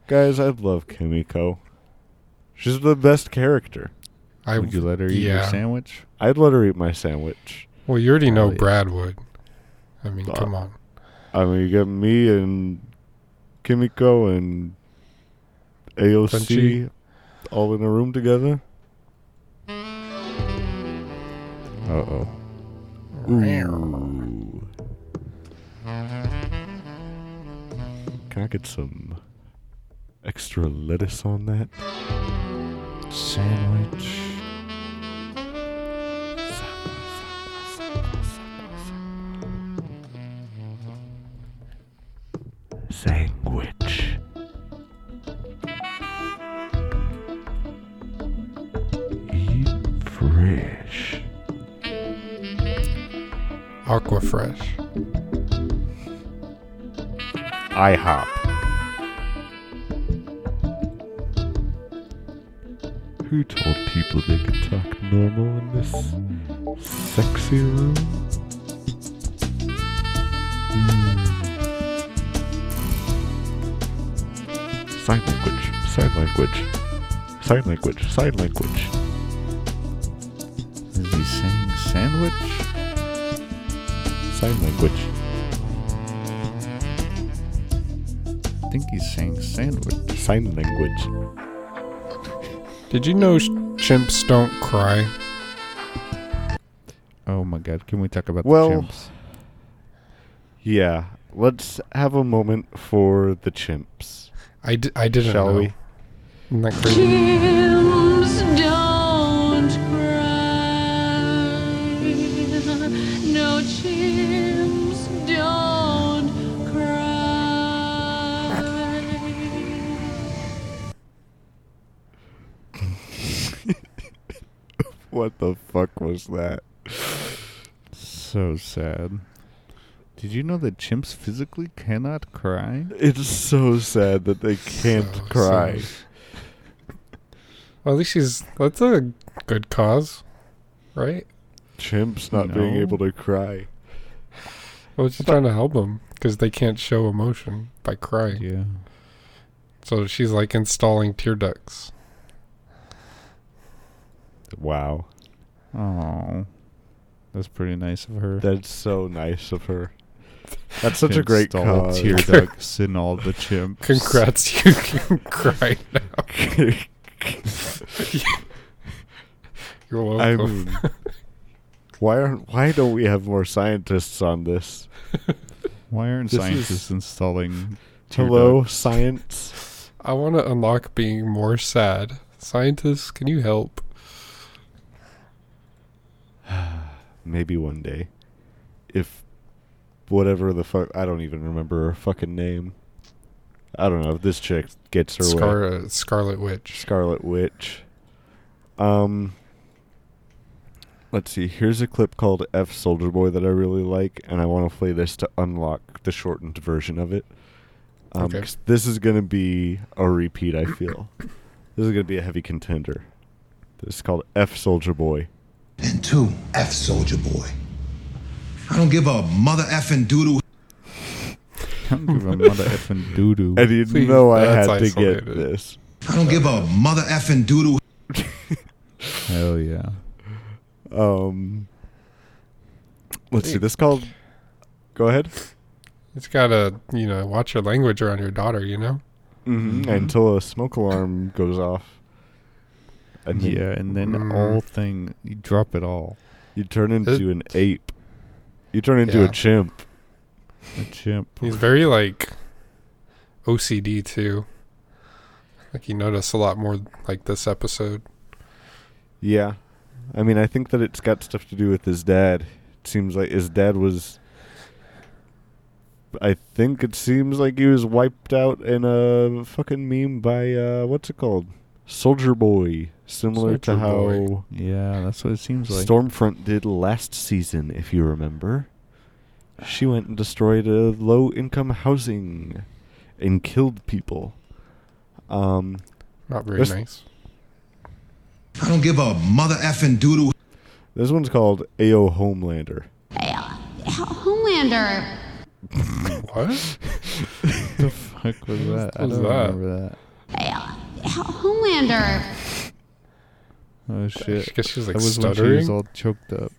[SPEAKER 3] Guys, I love Kimiko. She's the best character.
[SPEAKER 4] I-
[SPEAKER 2] Would you let her eat your
[SPEAKER 4] yeah.
[SPEAKER 2] sandwich?
[SPEAKER 3] I'd let her eat my sandwich.
[SPEAKER 4] Well, you already know Brad would. I mean,
[SPEAKER 3] Uh,
[SPEAKER 4] come on.
[SPEAKER 3] I mean, you got me and Kimiko and AOC
[SPEAKER 4] Bunchy.
[SPEAKER 3] all in a room together.
[SPEAKER 2] Uh oh.
[SPEAKER 3] Ooh. Can I get some extra lettuce on that? Sandwich. Sandwich. Eat fresh.
[SPEAKER 4] Aqua Fresh.
[SPEAKER 3] IHOP. Who told people they could talk normal in this sexy room? Hmm. Sign language, sign language, sign language, sign language.
[SPEAKER 2] Is he saying sandwich?
[SPEAKER 3] Sign language.
[SPEAKER 2] I think he's saying sandwich.
[SPEAKER 3] Sign language.
[SPEAKER 4] Did you know sh- chimps don't cry?
[SPEAKER 2] Oh my god, can we talk about
[SPEAKER 3] Well-
[SPEAKER 2] the chimps?
[SPEAKER 3] Yeah, let's have a moment for the chimps.
[SPEAKER 4] I, d- I didn't
[SPEAKER 3] Shall
[SPEAKER 4] know.
[SPEAKER 3] we?
[SPEAKER 4] Isn't that crazy?
[SPEAKER 8] Hymns don't cry. No chimps don't cry.
[SPEAKER 3] What the fuck was that?
[SPEAKER 2] So sad. Did you know that chimps physically cannot cry?
[SPEAKER 3] It's so sad that they can't
[SPEAKER 4] So
[SPEAKER 3] cry.
[SPEAKER 4] sad. Well, at least she's. That's a good cause, right?
[SPEAKER 3] Chimps not being
[SPEAKER 2] No.
[SPEAKER 3] able to cry.
[SPEAKER 4] Well, she's trying to help them because they can't show emotion by crying.
[SPEAKER 2] Yeah.
[SPEAKER 4] So she's like installing tear ducts.
[SPEAKER 3] Wow.
[SPEAKER 2] Oh. That's pretty nice of her.
[SPEAKER 3] That's so nice of her. That's such
[SPEAKER 2] To
[SPEAKER 3] a great
[SPEAKER 2] install
[SPEAKER 3] cause.
[SPEAKER 2] tear ducts in all the chimps.
[SPEAKER 4] Congrats, you can cry now. You're
[SPEAKER 3] I
[SPEAKER 4] welcome.
[SPEAKER 3] mean, why aren't why don't we have more scientists on this?
[SPEAKER 2] Why aren't
[SPEAKER 3] This
[SPEAKER 2] scientists
[SPEAKER 3] is-
[SPEAKER 2] installing tear
[SPEAKER 3] Hello,
[SPEAKER 2] ducts?
[SPEAKER 3] science.
[SPEAKER 4] I want to unlock being more sad. Scientists, can you help?
[SPEAKER 3] Maybe one day, if whatever the fuck I don't even remember her fucking name. I don't know if this chick gets her way.
[SPEAKER 4] Scar- uh, Scarlet Witch.
[SPEAKER 3] Scarlet Witch. Um, let's see. Here's a clip called "F Soldier Boy" that I really like, and I want to play this to unlock the shortened version of it. Um,
[SPEAKER 4] Okay.
[SPEAKER 3] 'cause this is gonna be a repeat. I feel this is gonna be a heavy contender. This is called "F Soldier Boy."
[SPEAKER 9] And two, F Soldier Boy. I don't give a mother effing doodle.
[SPEAKER 2] Don't give a mother effing doo-doo.
[SPEAKER 3] And you
[SPEAKER 4] Please,
[SPEAKER 3] know I
[SPEAKER 4] that's
[SPEAKER 3] had to get
[SPEAKER 4] isolated.
[SPEAKER 3] this.
[SPEAKER 9] I don't give a mother effing doodle.
[SPEAKER 2] Hell yeah.
[SPEAKER 3] Um, let's see. This is called. Go ahead.
[SPEAKER 4] It's gotta, you know, watch your language around your daughter. You know.
[SPEAKER 3] Mm-hmm. Until a smoke alarm goes off. And then
[SPEAKER 2] Yeah, and then
[SPEAKER 4] Mm.
[SPEAKER 2] all thing you drop it all.
[SPEAKER 3] You turn into an ape. You turn into
[SPEAKER 4] Yeah.
[SPEAKER 3] a chimp.
[SPEAKER 2] A chimp.
[SPEAKER 4] He's very like OCD too. Like you notice a lot more like this episode.
[SPEAKER 3] Yeah. I mean, I think that it's got stuff to do with his dad. It seems like his dad was I think it seems like he was wiped out in a fucking meme by uh, what's it called, Soldier Boy, similar to
[SPEAKER 4] Soulja
[SPEAKER 3] how
[SPEAKER 4] Boy.
[SPEAKER 2] Yeah, that's what it seems like.
[SPEAKER 3] Stormfront did last season, if you remember. She went and destroyed a low income housing and killed people. Um,
[SPEAKER 4] Not very
[SPEAKER 3] This-
[SPEAKER 4] nice.
[SPEAKER 9] I don't give a mother effing doodle.
[SPEAKER 3] this one's called AO Homelander.
[SPEAKER 11] Homelander.
[SPEAKER 4] What?
[SPEAKER 2] the fuck was that? I
[SPEAKER 4] was
[SPEAKER 2] don't
[SPEAKER 4] that?
[SPEAKER 2] remember that.
[SPEAKER 11] Homelander.
[SPEAKER 2] Oh shit!
[SPEAKER 4] I guess she was, like,
[SPEAKER 2] that was when she was
[SPEAKER 4] stuttering.
[SPEAKER 2] all choked up.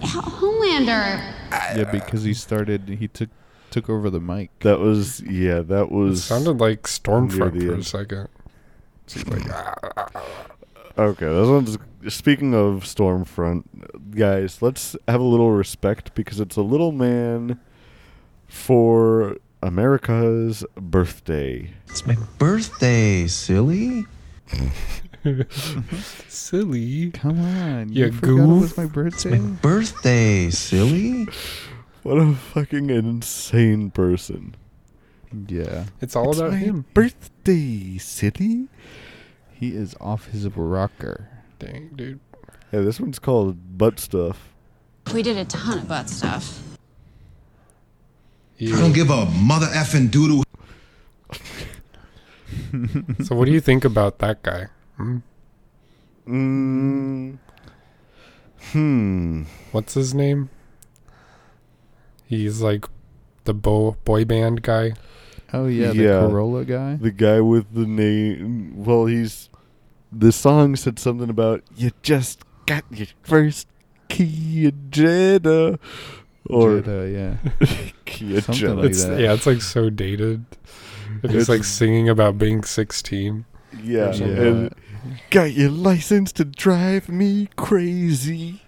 [SPEAKER 11] Homelander.
[SPEAKER 2] Yeah, because he started. He took took over the mic.
[SPEAKER 3] That was yeah. That
[SPEAKER 4] It
[SPEAKER 3] was
[SPEAKER 4] sounded like Stormfront
[SPEAKER 3] the
[SPEAKER 4] for a
[SPEAKER 3] end.
[SPEAKER 4] second. Seemed like, ah,
[SPEAKER 3] okay. This one's speaking of Stormfront, guys. Let's have a little respect because it's a little man for America's birthday.
[SPEAKER 5] It's my birthday, silly.
[SPEAKER 4] silly.
[SPEAKER 2] Come on,
[SPEAKER 4] Yeah,
[SPEAKER 2] you forgot it was
[SPEAKER 4] goof.
[SPEAKER 2] my birthday.
[SPEAKER 5] Birthday, silly.
[SPEAKER 3] What a fucking insane person.
[SPEAKER 2] Yeah,
[SPEAKER 4] It's all about him.
[SPEAKER 3] birthday, city.
[SPEAKER 2] he is off his rocker.
[SPEAKER 4] Dang, dude.
[SPEAKER 3] Hey, this one's called butt stuff.
[SPEAKER 11] We did a ton of butt stuff.
[SPEAKER 9] I don't
[SPEAKER 4] You,
[SPEAKER 9] give a mother effing doodle.
[SPEAKER 4] so, what do you think about that guy? Hmm?
[SPEAKER 3] Mm. Hmm.
[SPEAKER 4] What's his name? He's like the bo- boy band guy.
[SPEAKER 2] Oh yeah, the
[SPEAKER 3] Yeah.
[SPEAKER 2] Corolla guy.
[SPEAKER 3] The guy with the name. Well, he's. The song said something about you just got your first Kia Jetta, or
[SPEAKER 2] Jetta,
[SPEAKER 3] Kia
[SPEAKER 2] Something
[SPEAKER 3] Jetta.
[SPEAKER 2] like
[SPEAKER 4] it's
[SPEAKER 2] that.
[SPEAKER 4] yeah, it's like so dated. And he's
[SPEAKER 3] It's-
[SPEAKER 4] like singing about being sixteen.
[SPEAKER 3] yeah,
[SPEAKER 2] yeah, yeah.
[SPEAKER 3] and got your license to drive me crazy.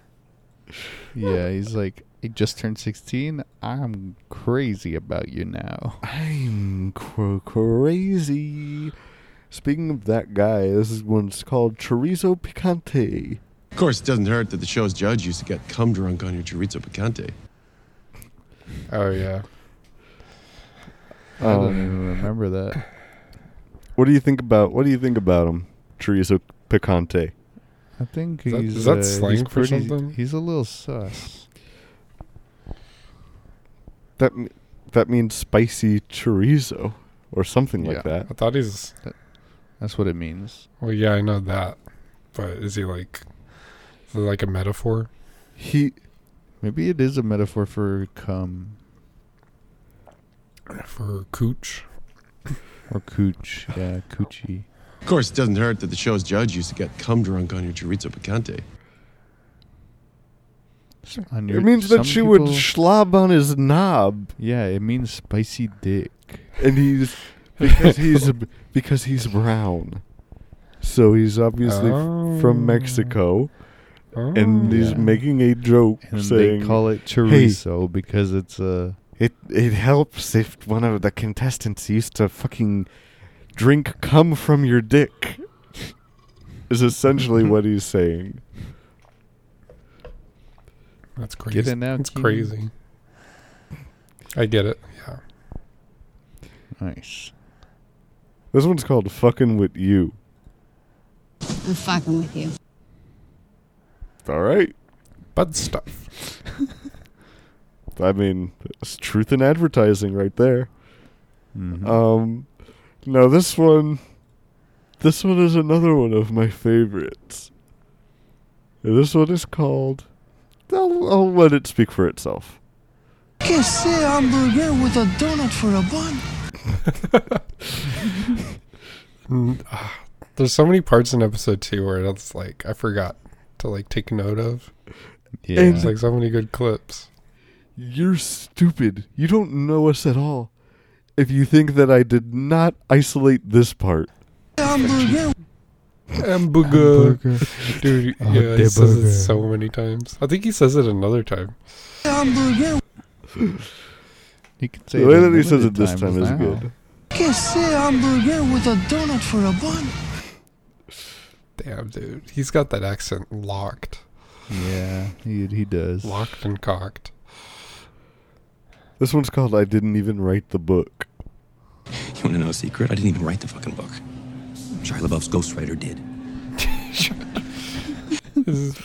[SPEAKER 2] Yeah, he's like, he just turned 16. I'm crazy about you now.
[SPEAKER 3] I'm cr- crazy. Speaking of that guy, this is one's called Chorizo Picante.
[SPEAKER 12] Of course, it doesn't hurt that the show's judge used to get cum drunk on your chorizo picante.
[SPEAKER 4] Oh yeah,
[SPEAKER 2] I don't
[SPEAKER 3] Um,
[SPEAKER 2] even remember that.
[SPEAKER 3] What do you think about what do you think about him, Chorizo Picante?
[SPEAKER 2] I think
[SPEAKER 4] Is that-
[SPEAKER 2] he's
[SPEAKER 4] is that
[SPEAKER 2] uh,
[SPEAKER 4] slang
[SPEAKER 2] he's
[SPEAKER 4] for
[SPEAKER 2] pretty-
[SPEAKER 4] something?
[SPEAKER 2] He's a little sus.
[SPEAKER 3] That m- that means spicy chorizo or something
[SPEAKER 2] Yeah.
[SPEAKER 3] like that.
[SPEAKER 4] I thought he's.
[SPEAKER 2] That's what it means.
[SPEAKER 4] Well, yeah, I know that, but is he like, is it like a metaphor?
[SPEAKER 3] He
[SPEAKER 2] Maybe it is a metaphor for cum
[SPEAKER 4] for cooch.
[SPEAKER 2] or cooch. Yeah, coochie.
[SPEAKER 12] Of course, it doesn't hurt that the show's judge used to get cum drunk on your chorizo picante.
[SPEAKER 2] S- on your-
[SPEAKER 3] it means that
[SPEAKER 2] some
[SPEAKER 3] she would
[SPEAKER 2] people-
[SPEAKER 3] schlob on his knob,
[SPEAKER 2] yeah, it means spicy dick.
[SPEAKER 3] and he's because he's b- because he's brown, so he's obviously f-
[SPEAKER 4] Oh.
[SPEAKER 3] from Mexico, and
[SPEAKER 4] Oh.
[SPEAKER 3] he's
[SPEAKER 2] Yeah.
[SPEAKER 3] making a joke
[SPEAKER 2] And
[SPEAKER 3] saying
[SPEAKER 2] they call it chorizo because it's uh, a.
[SPEAKER 3] It it helps if one of the contestants used to fucking drink cum from your dick. Is essentially what he's saying.
[SPEAKER 4] that's crazy.
[SPEAKER 2] Get it now,
[SPEAKER 4] It's
[SPEAKER 2] Keenan?
[SPEAKER 4] crazy. I get it. Yeah.
[SPEAKER 2] Nice.
[SPEAKER 3] This one's called "Fucking with You."
[SPEAKER 11] I'm fucking with you.
[SPEAKER 3] All right.
[SPEAKER 4] Bud stuff.
[SPEAKER 3] I mean, it's truth in advertising right there.
[SPEAKER 2] Mhm.
[SPEAKER 3] Um, now this one, this one is another one of my favorites. This one is called. I'll, I'll let it speak for itself.
[SPEAKER 6] Que say hamburger with a donut for a bun.
[SPEAKER 4] Mm, ah, There's so many parts in episode two where it's like I forgot to like take note of.
[SPEAKER 2] yeah.
[SPEAKER 3] and-
[SPEAKER 4] There's like so many good clips.
[SPEAKER 3] You're stupid. You don't know us at all. If you think that I did not isolate this part,
[SPEAKER 6] Hamburger
[SPEAKER 4] Hamburger, dude.
[SPEAKER 2] Oh,
[SPEAKER 4] yeah,
[SPEAKER 2] der
[SPEAKER 4] he says
[SPEAKER 2] Burger.
[SPEAKER 4] it so many times. I think he says it another time.
[SPEAKER 6] hamburger.
[SPEAKER 2] He could say
[SPEAKER 3] the
[SPEAKER 2] it
[SPEAKER 3] way that he says
[SPEAKER 2] unlimited
[SPEAKER 3] it this time
[SPEAKER 2] times
[SPEAKER 3] is
[SPEAKER 2] now.
[SPEAKER 3] good.
[SPEAKER 6] Que say hamburger with a donut for a bun.
[SPEAKER 4] Damn, dude. He's got that accent locked,
[SPEAKER 2] Yeah, he he does.
[SPEAKER 4] locked and cocked.
[SPEAKER 3] This one's called I Didn't Even Write the Book.
[SPEAKER 5] You want to know a secret? I didn't even write the fucking book. Shia LaBeouf's ghostwriter did.
[SPEAKER 4] This is
[SPEAKER 3] The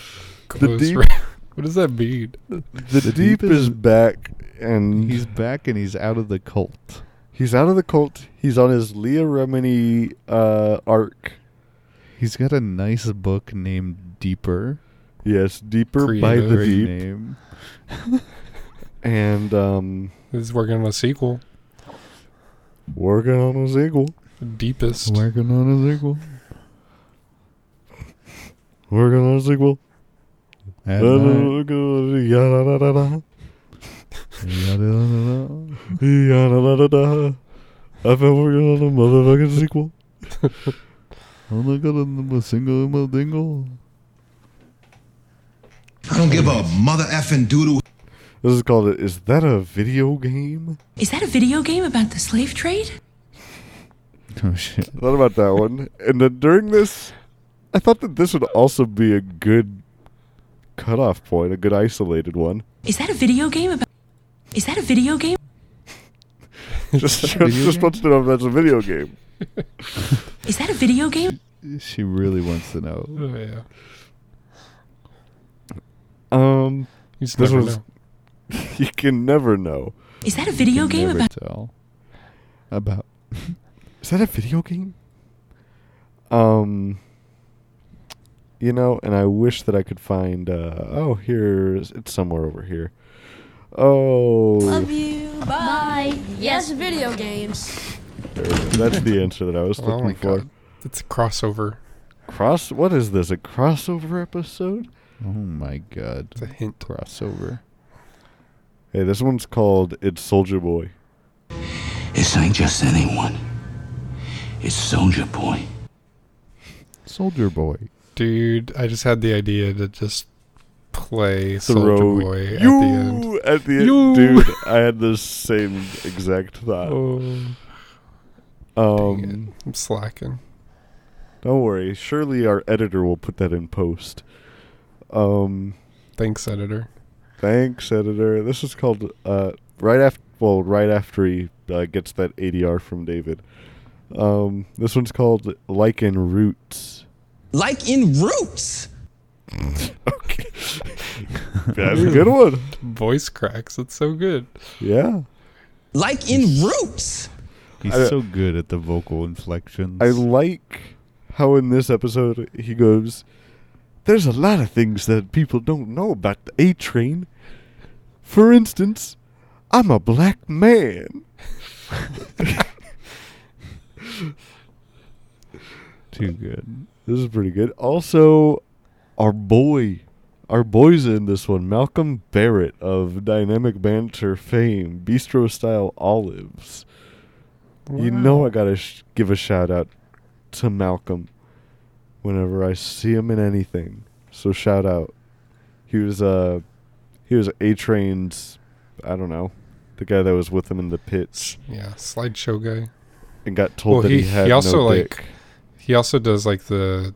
[SPEAKER 4] close.
[SPEAKER 3] deep,
[SPEAKER 4] what does that mean?
[SPEAKER 3] the deep is back and
[SPEAKER 2] He's back and he's out of the cult.
[SPEAKER 3] he's out of the cult. He's on his Leah Remini uh, arc.
[SPEAKER 2] He's got a nice book named Deeper.
[SPEAKER 3] Yes, Deeper by
[SPEAKER 4] Creative.
[SPEAKER 3] the
[SPEAKER 4] Great
[SPEAKER 3] Deep.
[SPEAKER 2] Name.
[SPEAKER 3] And um,
[SPEAKER 4] He's working on a sequel.
[SPEAKER 3] working on a sequel.
[SPEAKER 4] Deepest.
[SPEAKER 2] Working on a sequel.
[SPEAKER 3] Working on a sequel.
[SPEAKER 2] At night.
[SPEAKER 3] Yadadadada.
[SPEAKER 2] Yadadadada.
[SPEAKER 3] Yadadadada. I've been working on a motherfucking sequel.
[SPEAKER 2] Oh my god, I'm a single I'm a dingle.
[SPEAKER 9] I don't give a mother effing doodle.
[SPEAKER 3] This is called Is That a Video Game?
[SPEAKER 8] Is that a video game about the slave trade?
[SPEAKER 2] Oh shit.
[SPEAKER 3] Thought about that one. And then during this, I thought that this would also be a good cutoff point, a good isolated one.
[SPEAKER 8] Is that a video game about? Is that a video game?
[SPEAKER 3] Just, just,
[SPEAKER 2] video
[SPEAKER 3] just wants to know if that's a video game.
[SPEAKER 8] Is that a video game?
[SPEAKER 2] She really wants to know.
[SPEAKER 4] Oh, yeah.
[SPEAKER 3] Um,
[SPEAKER 4] You just
[SPEAKER 3] This
[SPEAKER 4] never
[SPEAKER 3] was-
[SPEAKER 4] know.
[SPEAKER 3] you can never know.
[SPEAKER 8] Is that a video
[SPEAKER 2] Can
[SPEAKER 8] game
[SPEAKER 2] never
[SPEAKER 8] about?
[SPEAKER 2] tell. About
[SPEAKER 3] Is that a video game? Um, you know, and I wish that I could find. Uh, oh, here it's somewhere over here. Oh,
[SPEAKER 8] you.
[SPEAKER 13] Bye. Yes, video games.
[SPEAKER 3] there we go. that's the answer that I was
[SPEAKER 4] Oh my
[SPEAKER 3] looking for.
[SPEAKER 4] god. It's a crossover.
[SPEAKER 3] Cross. What is this? A crossover episode?
[SPEAKER 2] Oh my god.
[SPEAKER 4] It's a hint.
[SPEAKER 2] Crossover.
[SPEAKER 3] Hey, this one's called "It's Soldier Boy."
[SPEAKER 5] This ain't just anyone. It's Soldier Boy.
[SPEAKER 2] Soldier Boy.
[SPEAKER 4] Dude, I just had the idea to just play
[SPEAKER 3] Throw
[SPEAKER 4] Soldier Boy at the end.
[SPEAKER 3] you at the end,
[SPEAKER 4] You.
[SPEAKER 3] dude. I had the same exact thought.
[SPEAKER 4] Oh,
[SPEAKER 3] um,
[SPEAKER 4] dang it. I'm slacking.
[SPEAKER 3] Don't worry. Surely our editor will put that in post. Um,
[SPEAKER 4] Thanks, editor.
[SPEAKER 3] thanks, editor. This is called uh, right after. Well, right after he uh, gets that ADR from David. Um, this one's called Lichen Roots.
[SPEAKER 6] Like in Roots.
[SPEAKER 3] Okay, that's a good one.
[SPEAKER 4] Voice cracks. It's so good.
[SPEAKER 3] Yeah,
[SPEAKER 6] Like in Roots.
[SPEAKER 2] He's
[SPEAKER 3] I-
[SPEAKER 2] so good at the vocal inflections.
[SPEAKER 3] I like how in this episode he goes. There's a lot of things that people don't know about the A Train. For instance, I'm a black man.
[SPEAKER 2] too good.
[SPEAKER 3] This is pretty good. Also, our boy, our boys in this one, Malcolm Barrett of Dynamic Banter fame, Bistro Style Olives. You know, I gotta sh- give a shout out to Malcolm whenever I see him in anything. So shout out. He was uh, he was A Train's, I don't know, the guy that was with him in the pits
[SPEAKER 4] Yeah, slideshow guy.
[SPEAKER 3] and got told
[SPEAKER 4] Well,
[SPEAKER 3] that he,
[SPEAKER 4] he- he
[SPEAKER 3] had
[SPEAKER 4] also,
[SPEAKER 3] no
[SPEAKER 4] like,
[SPEAKER 3] dick.
[SPEAKER 4] He also does like the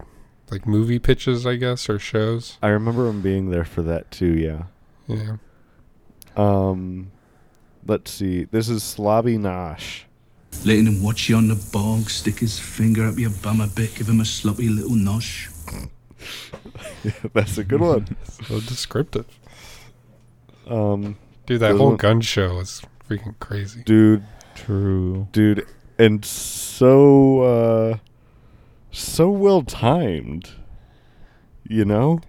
[SPEAKER 4] like movie pitches, I guess, or shows.
[SPEAKER 3] I remember him being there for that too. Yeah.
[SPEAKER 4] Yeah.
[SPEAKER 3] Um, let's see. This is Slavi Nash.
[SPEAKER 5] Letting him watch you on the bog, stick his finger up your bum a bit, give him a sloppy little nosh.
[SPEAKER 3] That's a good one.
[SPEAKER 4] So descriptive.
[SPEAKER 3] Um,
[SPEAKER 4] Dude, that
[SPEAKER 3] Those
[SPEAKER 4] whole
[SPEAKER 3] one-
[SPEAKER 4] gun show is freaking crazy.
[SPEAKER 3] dude,
[SPEAKER 2] True.
[SPEAKER 3] dude, and so uh, so well timed. You know,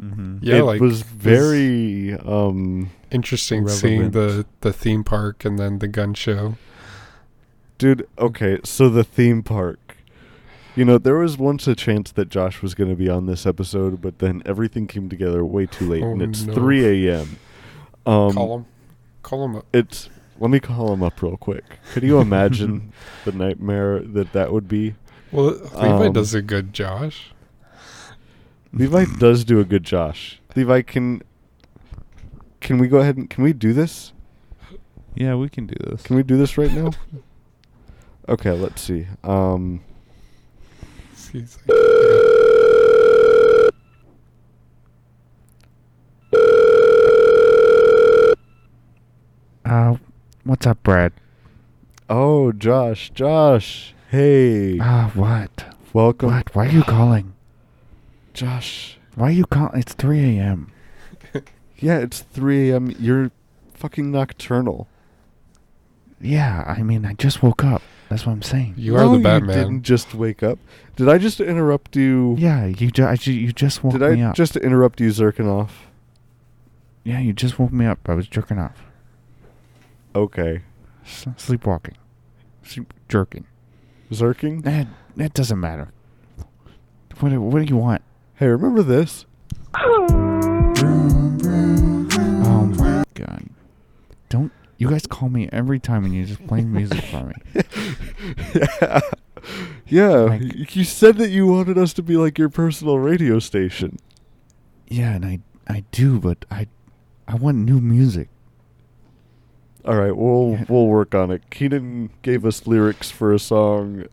[SPEAKER 2] Mm-hmm.
[SPEAKER 4] Yeah,
[SPEAKER 3] it
[SPEAKER 4] like
[SPEAKER 3] was
[SPEAKER 4] it was
[SPEAKER 3] very um,
[SPEAKER 4] interesting seeing the
[SPEAKER 2] relevant.
[SPEAKER 4] the theme park and then the gun show.
[SPEAKER 3] dude. Okay, so the theme park. You know, there was once a chance that Josh was going to be on this episode, but then everything came together way too late,
[SPEAKER 4] Oh,
[SPEAKER 3] and it's
[SPEAKER 4] no.
[SPEAKER 3] 3 a.m. Um,
[SPEAKER 4] call him, call him up.
[SPEAKER 3] it's let me call him up real quick. Could you imagine the nightmare that that would be?
[SPEAKER 4] Well, Levi
[SPEAKER 3] um,
[SPEAKER 4] does a good Josh.
[SPEAKER 3] Levi does do a good Josh. Levi can can we go ahead and can we do this?
[SPEAKER 2] Yeah, we can do this.
[SPEAKER 3] Can we do this right now? Okay, let's see. Um
[SPEAKER 4] He's like, yeah.
[SPEAKER 2] I
[SPEAKER 14] Uh, what's up, Brad?
[SPEAKER 3] Oh, Josh, Josh. Hey.
[SPEAKER 14] Ah, what?
[SPEAKER 3] Welcome.
[SPEAKER 14] What? Why are you calling?
[SPEAKER 3] Josh.
[SPEAKER 14] Why are you calling? It's 3 a.m.
[SPEAKER 3] Yeah, it's 3 a.m. You're fucking nocturnal.
[SPEAKER 14] Yeah, I mean, I just woke up. That's what I'm saying.
[SPEAKER 4] You are the Batman.
[SPEAKER 3] You didn't just wake up. Did I just interrupt you?
[SPEAKER 14] Yeah, you ju- I ju- you just woke
[SPEAKER 3] Did I
[SPEAKER 14] me up.
[SPEAKER 3] just interrupt you, Zirkinoff?
[SPEAKER 14] yeah, you just woke me up. I was jerking off,
[SPEAKER 3] Okay.
[SPEAKER 14] S- sleepwalking, Sleep- jerking.
[SPEAKER 3] Zirking?
[SPEAKER 14] That that doesn't matter. What do- what do you want?
[SPEAKER 3] Hey, remember this?
[SPEAKER 14] Oh my god! Don't you guys call me every time and you just play music for me?
[SPEAKER 3] yeah. Yeah.
[SPEAKER 14] Like-
[SPEAKER 3] y- you said that you wanted us to be like your personal radio station.
[SPEAKER 14] Yeah, and I I do, but I I want new music.
[SPEAKER 3] All right, we'll
[SPEAKER 14] Yeah.
[SPEAKER 3] we'll work on it. Keenan gave us lyrics for a song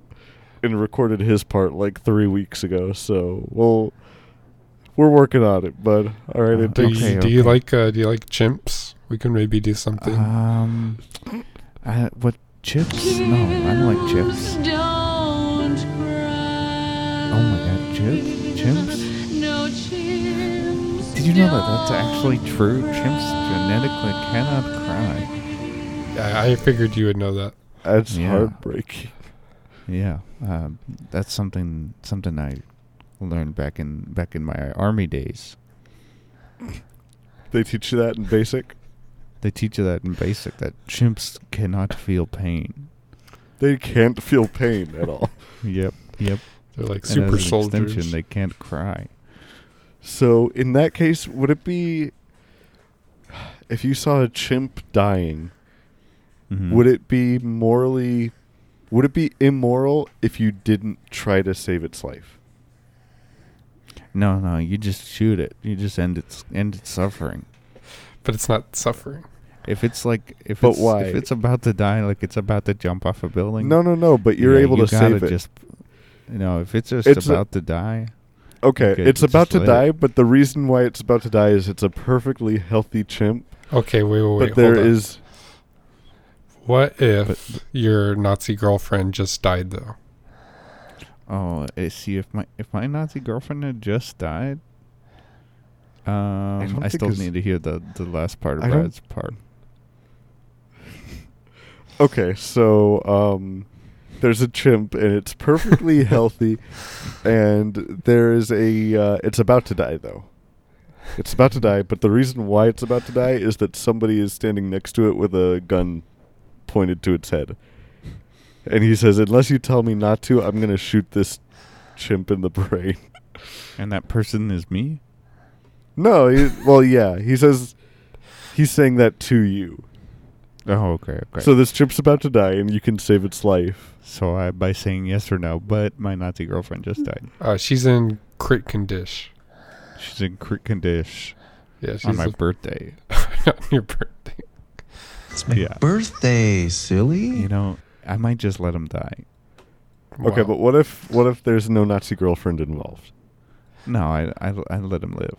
[SPEAKER 3] and recorded his part like 3 weeks ago, so we'll we're working on it, bud. All right, it
[SPEAKER 14] Uh,
[SPEAKER 4] Do you,
[SPEAKER 3] takes
[SPEAKER 14] Okay,
[SPEAKER 4] do you
[SPEAKER 14] okay.
[SPEAKER 4] like uh, do you like chimps? We can maybe do something.
[SPEAKER 14] Um, I, what chips? No, I don't like chips.
[SPEAKER 8] Don't cry.
[SPEAKER 14] Oh my god, chips? Chimps?
[SPEAKER 8] No chimps.
[SPEAKER 14] Did you know that that's actually true? Chimps genetically cannot cry.
[SPEAKER 4] I, I figured you would know that.
[SPEAKER 3] that's
[SPEAKER 14] Yeah.
[SPEAKER 3] heartbreaking.
[SPEAKER 14] Yeah, um, that's something something I learned back in back in my army days.
[SPEAKER 3] They teach you that in basic.
[SPEAKER 14] They teach you that in basic that chimps cannot feel pain.
[SPEAKER 3] They can't feel pain at all.
[SPEAKER 14] Yep, yep.
[SPEAKER 4] They're like
[SPEAKER 14] And as
[SPEAKER 4] super
[SPEAKER 14] an
[SPEAKER 4] soldiers.
[SPEAKER 14] extension, they can't cry.
[SPEAKER 3] So in that case, would it be if you saw a chimp dying,
[SPEAKER 14] Mhm.
[SPEAKER 3] would it be morally would it be immoral if you didn't try to save its life?
[SPEAKER 14] No, no, you just shoot it. You just end its end its suffering.
[SPEAKER 4] but it's not suffering.
[SPEAKER 14] If it's like if
[SPEAKER 3] But
[SPEAKER 14] it's
[SPEAKER 3] why?
[SPEAKER 14] if it's about to die, like it's about to jump off a building.
[SPEAKER 3] No, no, no, but you're
[SPEAKER 14] yeah,
[SPEAKER 3] able
[SPEAKER 14] you
[SPEAKER 3] to
[SPEAKER 14] gotta
[SPEAKER 3] save it.
[SPEAKER 14] Just, you know, if it's just
[SPEAKER 3] It's a-
[SPEAKER 14] about to die,
[SPEAKER 3] okay,
[SPEAKER 14] okay,
[SPEAKER 3] it's
[SPEAKER 14] just
[SPEAKER 3] about to
[SPEAKER 14] let it-
[SPEAKER 3] die, but the reason why it's about to die is it's a perfectly healthy chimp,
[SPEAKER 4] Okay, wait, wait, wait.
[SPEAKER 3] but there
[SPEAKER 4] hold on.
[SPEAKER 3] is
[SPEAKER 4] What if your Nazi girlfriend just died though?
[SPEAKER 14] oh, eh, see, if my if my Nazi girlfriend had just died, um,
[SPEAKER 3] don't
[SPEAKER 14] I,
[SPEAKER 3] think
[SPEAKER 14] still
[SPEAKER 3] it's-
[SPEAKER 14] need to hear the the last part of
[SPEAKER 3] I don't-
[SPEAKER 14] Brad's part.
[SPEAKER 3] Okay, so um, there's a chimp and it's perfectly healthy, and there is a. Uh, it's about to die though. It's about to die, but the reason why it's about to die is that somebody is standing next to it with a gun pointed to its head, and he says, "Unless you tell me not to, I'm gonna shoot this chimp in the brain."
[SPEAKER 14] And that person is me.
[SPEAKER 3] no, he, well, yeah, he says he's saying that to you.
[SPEAKER 14] Oh, okay, okay.
[SPEAKER 3] So this chimp's about to die, and you can save its life.
[SPEAKER 14] so I by saying yes or no, but my Nazi girlfriend just
[SPEAKER 3] Mm.
[SPEAKER 14] died.
[SPEAKER 4] Uh, she's in crit condition.
[SPEAKER 14] She's in crit condition
[SPEAKER 4] Yeah, she's
[SPEAKER 14] on my
[SPEAKER 4] a-
[SPEAKER 14] birthday.
[SPEAKER 4] on your birthday.
[SPEAKER 9] It's my
[SPEAKER 14] Yeah.
[SPEAKER 9] birthday, silly.
[SPEAKER 14] You know, I might just let him die.
[SPEAKER 3] Okay,
[SPEAKER 4] Wow.
[SPEAKER 3] but what if what if there's no Nazi girlfriend involved?
[SPEAKER 14] No, I, I, I let him live.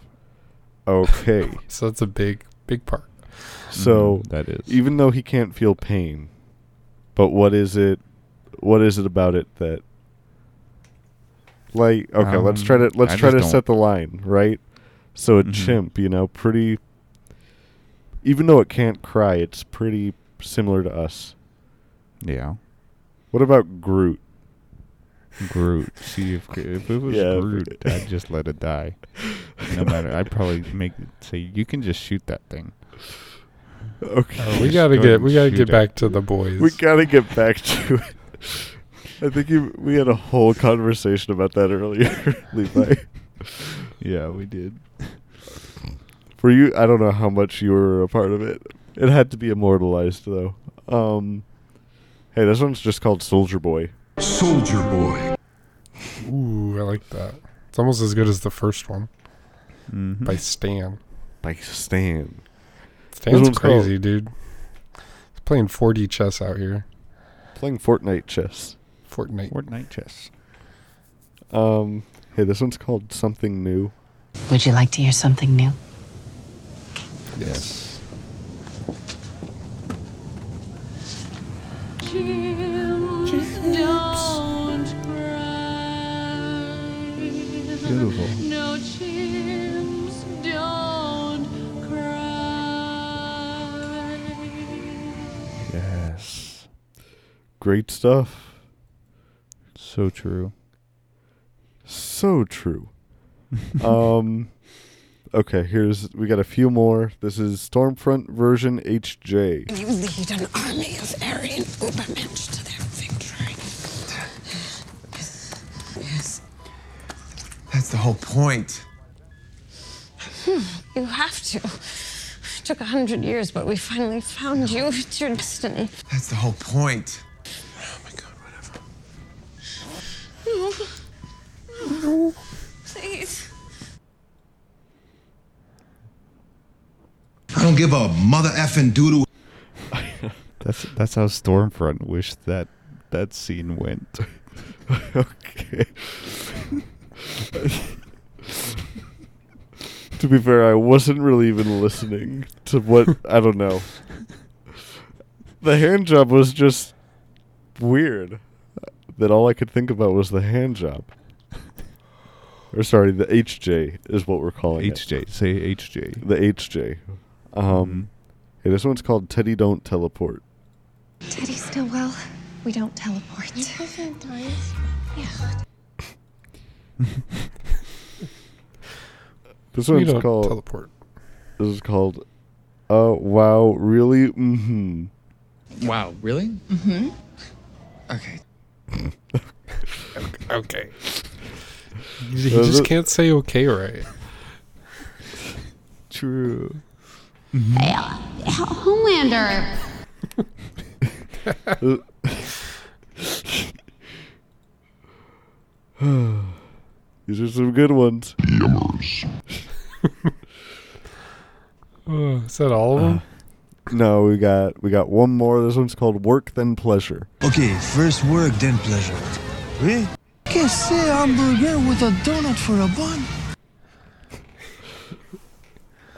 [SPEAKER 3] Okay,
[SPEAKER 14] Hmm.
[SPEAKER 4] so that's a big, big part.
[SPEAKER 3] so
[SPEAKER 14] Mhm, that is
[SPEAKER 3] even though he can't feel pain, but what is it? What is it about it that? Like okay, let's try to
[SPEAKER 14] Um,
[SPEAKER 3] let's
[SPEAKER 14] I
[SPEAKER 3] try
[SPEAKER 14] just
[SPEAKER 3] to
[SPEAKER 14] don't-
[SPEAKER 3] set the line right. So a
[SPEAKER 14] Mhm.
[SPEAKER 3] chimp, you know, pretty. Even though it can't cry, it's pretty similar to us.
[SPEAKER 14] yeah.
[SPEAKER 3] What about Groot?
[SPEAKER 14] Groot. See if if it was
[SPEAKER 3] Yeah, if
[SPEAKER 14] Groot,
[SPEAKER 3] it-
[SPEAKER 14] I'd just let it die. No matter, I'd probably make it say you can just shoot that thing.
[SPEAKER 3] Okay.
[SPEAKER 4] Uh, we
[SPEAKER 14] Just
[SPEAKER 4] gotta
[SPEAKER 14] go
[SPEAKER 4] get
[SPEAKER 14] and
[SPEAKER 4] we gotta
[SPEAKER 14] shoot
[SPEAKER 4] get
[SPEAKER 14] it.
[SPEAKER 4] back to the boys.
[SPEAKER 3] We gotta get back to it. I think you, we had a whole conversation about that earlier, Levi.
[SPEAKER 14] Yeah, we did.
[SPEAKER 3] For you, I don't know how much you were a part of it. It had to be immortalized, though. Um, hey, this one's just called Soldier Boy.
[SPEAKER 9] Soldier boy.
[SPEAKER 4] Ooh, I like that. It's almost as good as the first one
[SPEAKER 14] Mhm.
[SPEAKER 4] by Stan.
[SPEAKER 3] By Stan.
[SPEAKER 4] Stan's
[SPEAKER 3] one's called-
[SPEAKER 4] crazy, dude. He's playing 4D chess out here.
[SPEAKER 3] Playing Fortnite chess.
[SPEAKER 4] Fortnite.
[SPEAKER 14] Fortnite chess.
[SPEAKER 3] Um, hey, this one's called Something New.
[SPEAKER 11] Would you like to hear something new?
[SPEAKER 4] Yes.
[SPEAKER 8] James, don't cry.
[SPEAKER 2] Beautiful.
[SPEAKER 8] No, James, don't cry.
[SPEAKER 3] Yes. Great stuff.
[SPEAKER 2] So true.
[SPEAKER 3] So true. um okay, here's we got a few more. This is Stormfront version HJ.
[SPEAKER 15] You lead an army of Aryan Ubermensch to their victory. Yes.
[SPEAKER 9] That's the whole point.
[SPEAKER 15] Hmm, You have to. It took a hundred years, but we finally found you. It's your destiny.
[SPEAKER 9] That's the whole point. Oh
[SPEAKER 15] No. No. Please.
[SPEAKER 9] I don't give a mother effing doodle.
[SPEAKER 2] That's that's how Stormfront wished that that scene went.
[SPEAKER 3] okay. to be fair, I wasn't really even listening to what I don't know. The hand job was just weird. That all I could think about was the hand job. Or sorry, the HJ is what we're calling it.
[SPEAKER 2] HJ, say HJ.
[SPEAKER 3] The HJ. Um, hey, this one's called Teddy Don't Teleport.
[SPEAKER 16] Teddy's still well. We don't teleport. sometimes. Yeah.
[SPEAKER 3] This
[SPEAKER 4] We
[SPEAKER 3] one's
[SPEAKER 4] don't
[SPEAKER 3] called
[SPEAKER 4] teleport.
[SPEAKER 3] This is called. Oh wow! Really? Mm-hmm.
[SPEAKER 17] Wow, really?
[SPEAKER 16] Mm-hmm.
[SPEAKER 17] Okay.
[SPEAKER 4] Okay. He just can't say okay right.
[SPEAKER 2] True.
[SPEAKER 13] Homelander.
[SPEAKER 3] These are some good ones.
[SPEAKER 4] Oh, is that all of them?
[SPEAKER 3] No, we got we got one more. This one's called Work Then Pleasure.
[SPEAKER 6] Okay, first work, then pleasure. Really? Que say hamburger with a donut for a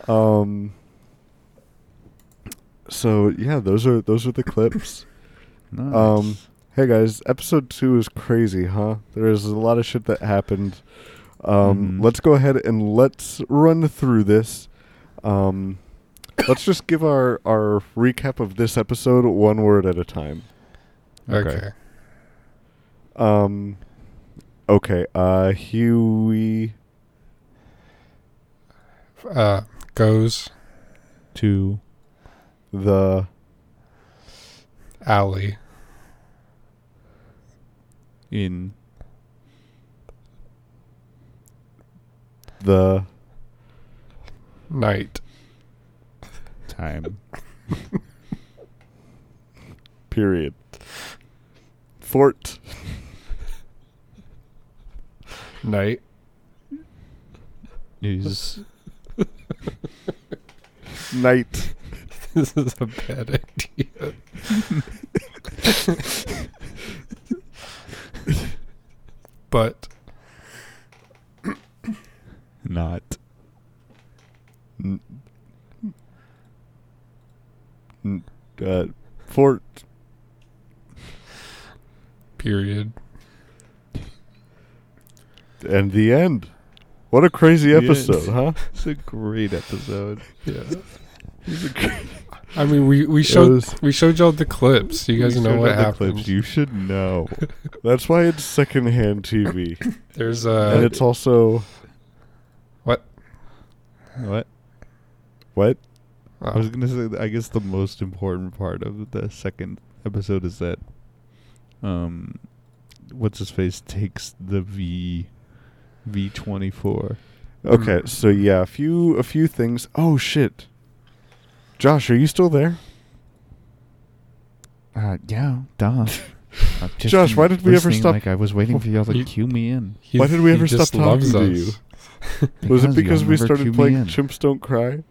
[SPEAKER 6] bun?
[SPEAKER 3] Um. So yeah, those are those are the clips.
[SPEAKER 14] Nice.
[SPEAKER 3] Um. Hey guys, episode two is crazy, huh? There is a lot of shit that happened. Um. Let's go ahead and let's run through this. Um. Let's just give our our recap of this episode one word at a time. Uh,
[SPEAKER 4] Okay.
[SPEAKER 3] Um. Okay. Uh. Huey.
[SPEAKER 4] Uh, goes
[SPEAKER 2] to
[SPEAKER 3] the
[SPEAKER 4] alley
[SPEAKER 2] in
[SPEAKER 3] the
[SPEAKER 4] night.
[SPEAKER 2] time.
[SPEAKER 3] period. Fort
[SPEAKER 4] Night.
[SPEAKER 2] Is
[SPEAKER 3] night.
[SPEAKER 4] This is a bad idea. but
[SPEAKER 2] not
[SPEAKER 3] N- n- uh, fort
[SPEAKER 4] period.
[SPEAKER 3] and the end. What a crazy
[SPEAKER 2] Yes.
[SPEAKER 3] episode, huh?
[SPEAKER 2] It's a great episode.
[SPEAKER 4] Yeah. I mean, we, we showed
[SPEAKER 3] was-
[SPEAKER 4] we showed y'all the clips. You guys
[SPEAKER 2] We
[SPEAKER 4] know
[SPEAKER 2] showed
[SPEAKER 4] what
[SPEAKER 2] all the
[SPEAKER 4] happened.
[SPEAKER 2] clips. You should know.
[SPEAKER 3] That's why it's secondhand TV,
[SPEAKER 4] There's uh,
[SPEAKER 3] and
[SPEAKER 4] a
[SPEAKER 3] it's also
[SPEAKER 4] what?
[SPEAKER 2] what?
[SPEAKER 3] what
[SPEAKER 2] I
[SPEAKER 4] uh,
[SPEAKER 2] was gonna say. that I guess the most important part of the second episode is that, um, what's his face takes the V, V twenty four.
[SPEAKER 3] Okay, so yeah, a few a few things. Oh shit. Josh, are you still there?
[SPEAKER 14] Uh, yeah, duh. I've just
[SPEAKER 3] Josh,
[SPEAKER 14] been
[SPEAKER 3] why did we ever
[SPEAKER 14] listening
[SPEAKER 3] stop-
[SPEAKER 14] Like I was waiting for y'all to
[SPEAKER 4] You-
[SPEAKER 14] cue me in.
[SPEAKER 4] He-
[SPEAKER 3] Why did we
[SPEAKER 4] he
[SPEAKER 3] ever stop
[SPEAKER 4] just
[SPEAKER 3] talking
[SPEAKER 4] loves
[SPEAKER 3] to
[SPEAKER 4] us.
[SPEAKER 3] you? Was it
[SPEAKER 14] y'all
[SPEAKER 3] because we
[SPEAKER 14] never cue
[SPEAKER 3] started
[SPEAKER 14] me
[SPEAKER 3] playing
[SPEAKER 14] in.
[SPEAKER 3] Chimps Don't Cry?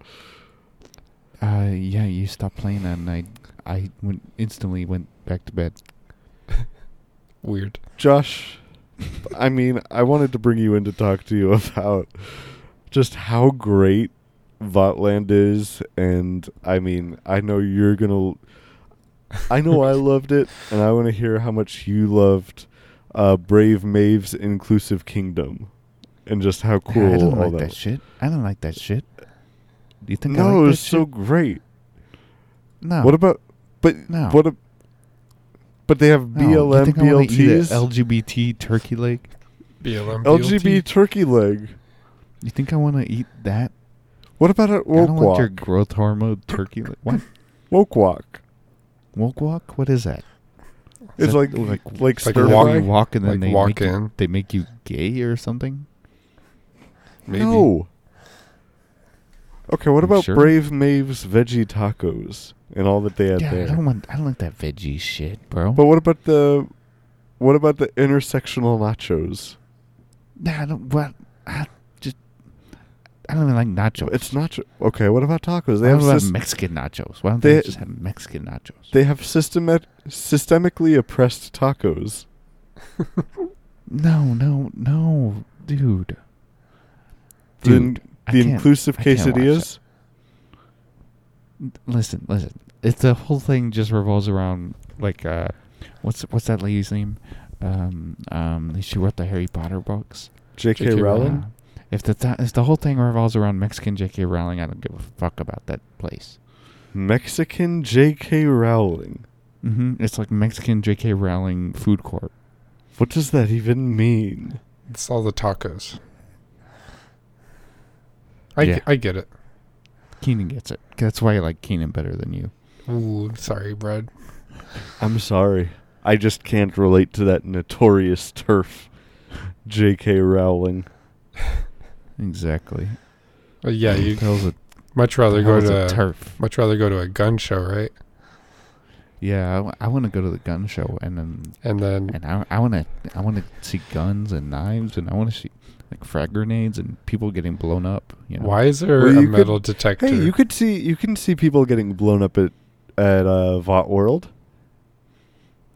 [SPEAKER 14] Uh, yeah, you stopped playing that, and I, I went instantly went back to bed.
[SPEAKER 4] Weird.
[SPEAKER 3] Josh, I mean, I wanted to bring you in to talk to you about just how great Votland is, and I mean, I know you're gonna. I know I loved it, and I want to hear how much you loved uh, Brave Maeve's Inclusive Kingdom, and just how
[SPEAKER 14] I
[SPEAKER 3] cool
[SPEAKER 14] don't
[SPEAKER 3] all
[SPEAKER 14] like
[SPEAKER 3] that.
[SPEAKER 14] that shit. I don't like that shit. Do you think I
[SPEAKER 3] no,
[SPEAKER 14] like
[SPEAKER 3] it
[SPEAKER 14] that
[SPEAKER 3] was so
[SPEAKER 14] shit?
[SPEAKER 3] great.
[SPEAKER 14] No.
[SPEAKER 3] What about? But
[SPEAKER 14] No.
[SPEAKER 3] what? A, but they have
[SPEAKER 14] No, do you
[SPEAKER 3] BLM
[SPEAKER 14] think I wanna eat a
[SPEAKER 3] BLTs.
[SPEAKER 14] LGBT turkey leg.
[SPEAKER 4] BLM.
[SPEAKER 3] LGB turkey leg.
[SPEAKER 14] You think I want to eat that?
[SPEAKER 3] What about a
[SPEAKER 14] I
[SPEAKER 3] woke
[SPEAKER 14] don't want your
[SPEAKER 3] walk?
[SPEAKER 14] growth hormone turkey leg. What?
[SPEAKER 3] Woke walk.
[SPEAKER 14] Woke walk? What is that?
[SPEAKER 3] It's
[SPEAKER 14] Is that
[SPEAKER 3] like like like,
[SPEAKER 14] like
[SPEAKER 3] stir
[SPEAKER 14] walk,
[SPEAKER 3] fry?
[SPEAKER 14] you walk and then
[SPEAKER 4] Like
[SPEAKER 14] they
[SPEAKER 4] walk
[SPEAKER 14] make You,
[SPEAKER 4] in?
[SPEAKER 14] they make you gay or something.
[SPEAKER 4] Maybe.
[SPEAKER 3] No. Okay, what
[SPEAKER 14] You
[SPEAKER 3] about
[SPEAKER 14] sure?
[SPEAKER 3] Brave Maeve's veggie tacos and all that they had
[SPEAKER 14] Yeah, I
[SPEAKER 3] there?
[SPEAKER 14] don't want. I don't like that veggie shit, bro.
[SPEAKER 3] But what about the what about the intersectional nachos?
[SPEAKER 14] Nah, I don't. What? I just. I don't even like nachos.
[SPEAKER 3] It's nacho. Okay, what about tacos?
[SPEAKER 14] They
[SPEAKER 3] They have
[SPEAKER 14] have
[SPEAKER 3] sys-
[SPEAKER 14] Mexican nachos. Why don't
[SPEAKER 3] they-
[SPEAKER 14] they, just have Mexican nachos?
[SPEAKER 3] they have systemat- systemically oppressed tacos.
[SPEAKER 14] No, no, no, dude.
[SPEAKER 3] The in-
[SPEAKER 14] Dude, I
[SPEAKER 3] the
[SPEAKER 14] can't-
[SPEAKER 3] inclusive
[SPEAKER 14] I can't watch
[SPEAKER 3] quesadillas.
[SPEAKER 14] that. Listen, listen. It's the whole thing just revolves around like uh, what's what's that lady's name? Um, um, she wrote the Harry Potter books.
[SPEAKER 3] J.K. J.K. Rowling?
[SPEAKER 14] Uh, if the th- if the whole thing revolves around Mexican J.K. Rowling, I don't give a fuck about that place.
[SPEAKER 3] Mexican J.K. Rowling.
[SPEAKER 14] hmm It's like Mexican J.K. Rowling food court.
[SPEAKER 3] What does that even mean?
[SPEAKER 4] It's all the tacos. I,
[SPEAKER 14] Yeah.
[SPEAKER 4] I get it.
[SPEAKER 14] Keenan gets it. That's why I like Keenan better than you.
[SPEAKER 4] Ooh, sorry, Brad.
[SPEAKER 3] I'm sorry. I just can't relate to that notorious turf, J.K. Rowling.
[SPEAKER 14] Exactly.
[SPEAKER 4] Uh, yeah, you
[SPEAKER 14] That was a-
[SPEAKER 4] much rather
[SPEAKER 14] Mm. that
[SPEAKER 4] go
[SPEAKER 14] was
[SPEAKER 4] to uh,
[SPEAKER 14] a turf.
[SPEAKER 4] Much rather go to a gun show, right?
[SPEAKER 14] Yeah, I, want to go to the gun show and then
[SPEAKER 4] And then
[SPEAKER 14] and I I want to I want to see guns and knives and I want to see like frag grenades and people getting blown up. You know,
[SPEAKER 4] why is there
[SPEAKER 3] Well,
[SPEAKER 4] a
[SPEAKER 3] you could-
[SPEAKER 4] metal detector?
[SPEAKER 3] Hey, you could see you can see people getting blown up at at uh, Vot World.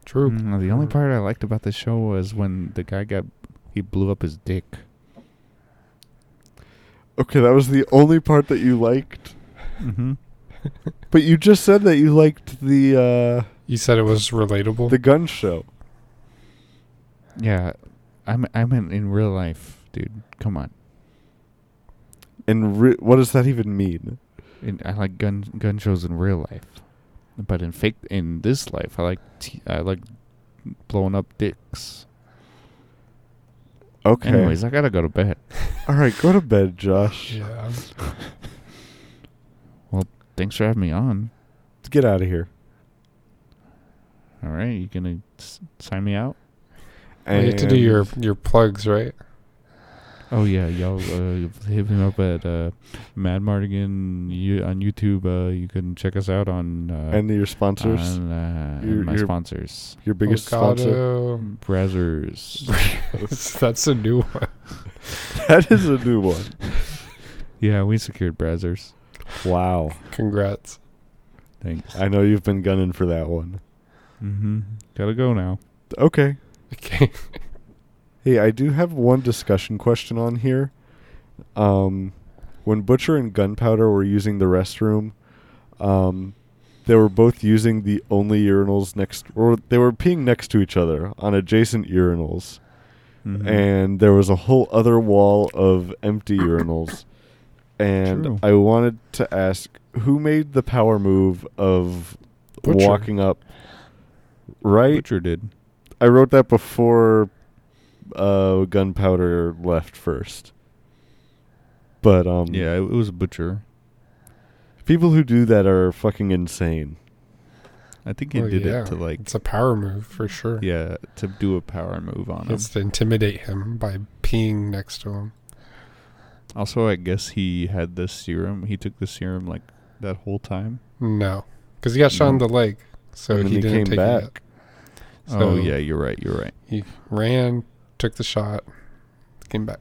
[SPEAKER 4] True.
[SPEAKER 14] Mm, the only part I liked about the show was when the guy got he blew up his dick.
[SPEAKER 3] Okay, that was the only part that you liked.
[SPEAKER 14] Mm-hmm.
[SPEAKER 3] But you just said that you liked the
[SPEAKER 4] You said it was
[SPEAKER 3] uh,
[SPEAKER 4] relatable.
[SPEAKER 3] the gun show.
[SPEAKER 14] Yeah, I'm I meant in real life, dude. Come on,
[SPEAKER 3] And re- what does that even mean?
[SPEAKER 14] In- I like gun gun shows in real life, but in fake in this life, I like t- I like blowing up dicks.
[SPEAKER 3] Okay.
[SPEAKER 14] Anyways, I gotta go to bed.
[SPEAKER 3] All right, go to bed, Josh.
[SPEAKER 4] yeah.
[SPEAKER 14] Well, thanks for having me on.
[SPEAKER 3] Let's get out of here.
[SPEAKER 14] All right, you gonna s- sign me out?
[SPEAKER 4] You have to do
[SPEAKER 3] And-
[SPEAKER 4] your your plugs, right?
[SPEAKER 14] Oh yeah, y'all uh, hit him up at uh, Mad Mardigan you, on YouTube. Uh, you can check us out on uh,
[SPEAKER 3] and your sponsors,
[SPEAKER 14] on, uh,
[SPEAKER 3] Your-
[SPEAKER 14] my
[SPEAKER 3] your-
[SPEAKER 14] sponsors,
[SPEAKER 3] your biggest sponsor.
[SPEAKER 4] Elgato.
[SPEAKER 14] Brazzers.
[SPEAKER 4] That's a new one.
[SPEAKER 3] That is a new one.
[SPEAKER 14] yeah, we secured Brazzers.
[SPEAKER 3] Wow.
[SPEAKER 4] Congrats.
[SPEAKER 14] Thanks.
[SPEAKER 3] I know you've been gunning for that one.
[SPEAKER 14] Mm-hmm. Gotta go now.
[SPEAKER 3] Okay.
[SPEAKER 4] Okay.
[SPEAKER 3] Hey, I do have one discussion question on here. Um, when Butcher and Gunpowder were using the restroom, um, they were both using the only urinals next, or they were peeing next to each other on adjacent urinals,
[SPEAKER 14] Mhm.
[SPEAKER 3] and there was a whole other wall of empty urinals. And
[SPEAKER 14] True.
[SPEAKER 3] I wanted to ask, who made the power move of
[SPEAKER 4] Butcher.
[SPEAKER 3] walking up? Right,
[SPEAKER 14] Butcher did.
[SPEAKER 3] I wrote that before uh, Gunpowder left first. But um,
[SPEAKER 14] Yeah, it, it was Butcher.
[SPEAKER 3] people who do that are fucking insane.
[SPEAKER 14] I think he
[SPEAKER 4] Well,
[SPEAKER 14] did
[SPEAKER 4] yeah,
[SPEAKER 14] it to like
[SPEAKER 4] It's a power move for sure.
[SPEAKER 14] yeah to do a power move on him.
[SPEAKER 4] It's to intimidate him by peeing next to him.
[SPEAKER 14] Also, I guess he had the serum. He took the serum like that whole time.
[SPEAKER 4] No, because he got shot in the leg, so
[SPEAKER 3] Mm-hmm. And then
[SPEAKER 4] Oh, he
[SPEAKER 3] he
[SPEAKER 4] didn't
[SPEAKER 3] came
[SPEAKER 4] take
[SPEAKER 3] back.
[SPEAKER 4] it. yet.
[SPEAKER 14] oh
[SPEAKER 4] So
[SPEAKER 14] yeah, you're right. You're right.
[SPEAKER 4] he ran, took the shot, came back.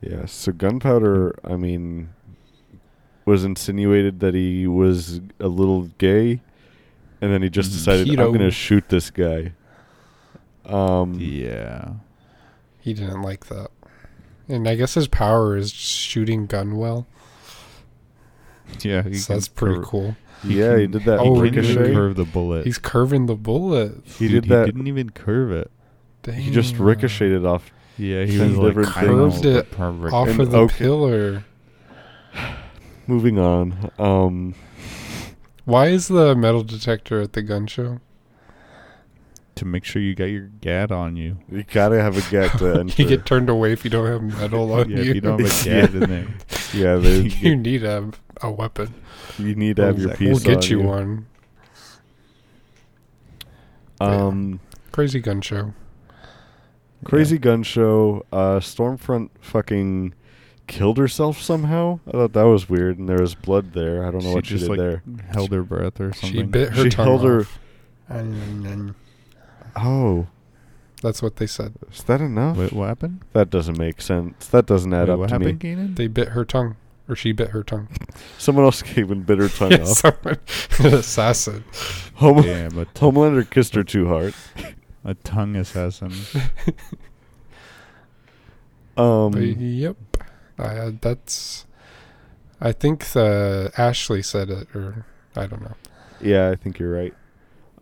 [SPEAKER 3] Yeah. So Gunpowder, I mean, was insinuated that he was a little gay, and then he
[SPEAKER 4] Mm-hmm.
[SPEAKER 3] just decided I'm
[SPEAKER 4] Pedo.
[SPEAKER 3] gonna shoot this guy. Um.
[SPEAKER 4] Mm.
[SPEAKER 14] Yeah.
[SPEAKER 4] He didn't like that, and I guess his power is shooting gun well.
[SPEAKER 2] Yeah, he
[SPEAKER 4] so that's
[SPEAKER 2] can
[SPEAKER 4] pretty
[SPEAKER 2] curve-
[SPEAKER 4] cool.
[SPEAKER 2] he
[SPEAKER 3] Yeah, he did that
[SPEAKER 2] he didn't
[SPEAKER 3] ricochet.
[SPEAKER 2] even curve the bullet.
[SPEAKER 4] He's curving the bullet.
[SPEAKER 3] He
[SPEAKER 2] Dude,
[SPEAKER 3] did that.
[SPEAKER 2] He didn't even curve it.
[SPEAKER 3] He just
[SPEAKER 4] Damn.
[SPEAKER 3] ricocheted off.
[SPEAKER 2] Yeah, he
[SPEAKER 3] ten
[SPEAKER 2] was like
[SPEAKER 3] different
[SPEAKER 4] curved
[SPEAKER 3] things.
[SPEAKER 4] it off
[SPEAKER 3] And
[SPEAKER 4] of the
[SPEAKER 3] okay,
[SPEAKER 4] pillar.
[SPEAKER 3] Moving on. Um,
[SPEAKER 4] Why is the metal detector at the gun show?
[SPEAKER 2] To make sure you got your gat on you.
[SPEAKER 3] you gotta have a get to enter.
[SPEAKER 4] You get turned away if you don't have metal on
[SPEAKER 2] Yeah,
[SPEAKER 4] you.
[SPEAKER 2] if you don't have a gat in there.
[SPEAKER 3] yeah, they,
[SPEAKER 4] you need a, a weapon.
[SPEAKER 3] you need to have your
[SPEAKER 2] Exactly.
[SPEAKER 3] piece.
[SPEAKER 4] We'll get
[SPEAKER 3] on
[SPEAKER 4] you one.
[SPEAKER 3] Um,
[SPEAKER 4] Crazy gun show.
[SPEAKER 3] Crazy gun show. Uh, Stormfront fucking killed herself somehow. I thought that was weird, and there was blood there. I don't know
[SPEAKER 2] She
[SPEAKER 3] what she
[SPEAKER 2] just, like,
[SPEAKER 3] did there.
[SPEAKER 2] held her breath or something.
[SPEAKER 4] She bit her
[SPEAKER 3] She
[SPEAKER 4] tongue
[SPEAKER 3] held her-
[SPEAKER 4] off. And
[SPEAKER 3] Oh,
[SPEAKER 4] that's what they said.
[SPEAKER 3] is that enough?
[SPEAKER 2] Wait, what happened?
[SPEAKER 3] That doesn't make sense. That doesn't add
[SPEAKER 2] Wait,
[SPEAKER 3] up
[SPEAKER 2] what
[SPEAKER 3] to
[SPEAKER 2] happened,
[SPEAKER 3] me.
[SPEAKER 2] Keenan?
[SPEAKER 4] They bit her tongue, or she bit her tongue.
[SPEAKER 3] Someone else came and bit her tongue
[SPEAKER 4] Yeah,
[SPEAKER 3] off.
[SPEAKER 4] someone, an assassin.
[SPEAKER 3] Home-
[SPEAKER 2] Damn, a, t-
[SPEAKER 3] Homelander kissed her too hard.
[SPEAKER 2] a tongue assassin. Mm.
[SPEAKER 3] Um,
[SPEAKER 4] But yep, I, uh, that's. I think the Ashley said it, or I don't know.
[SPEAKER 3] Yeah, I think you're right.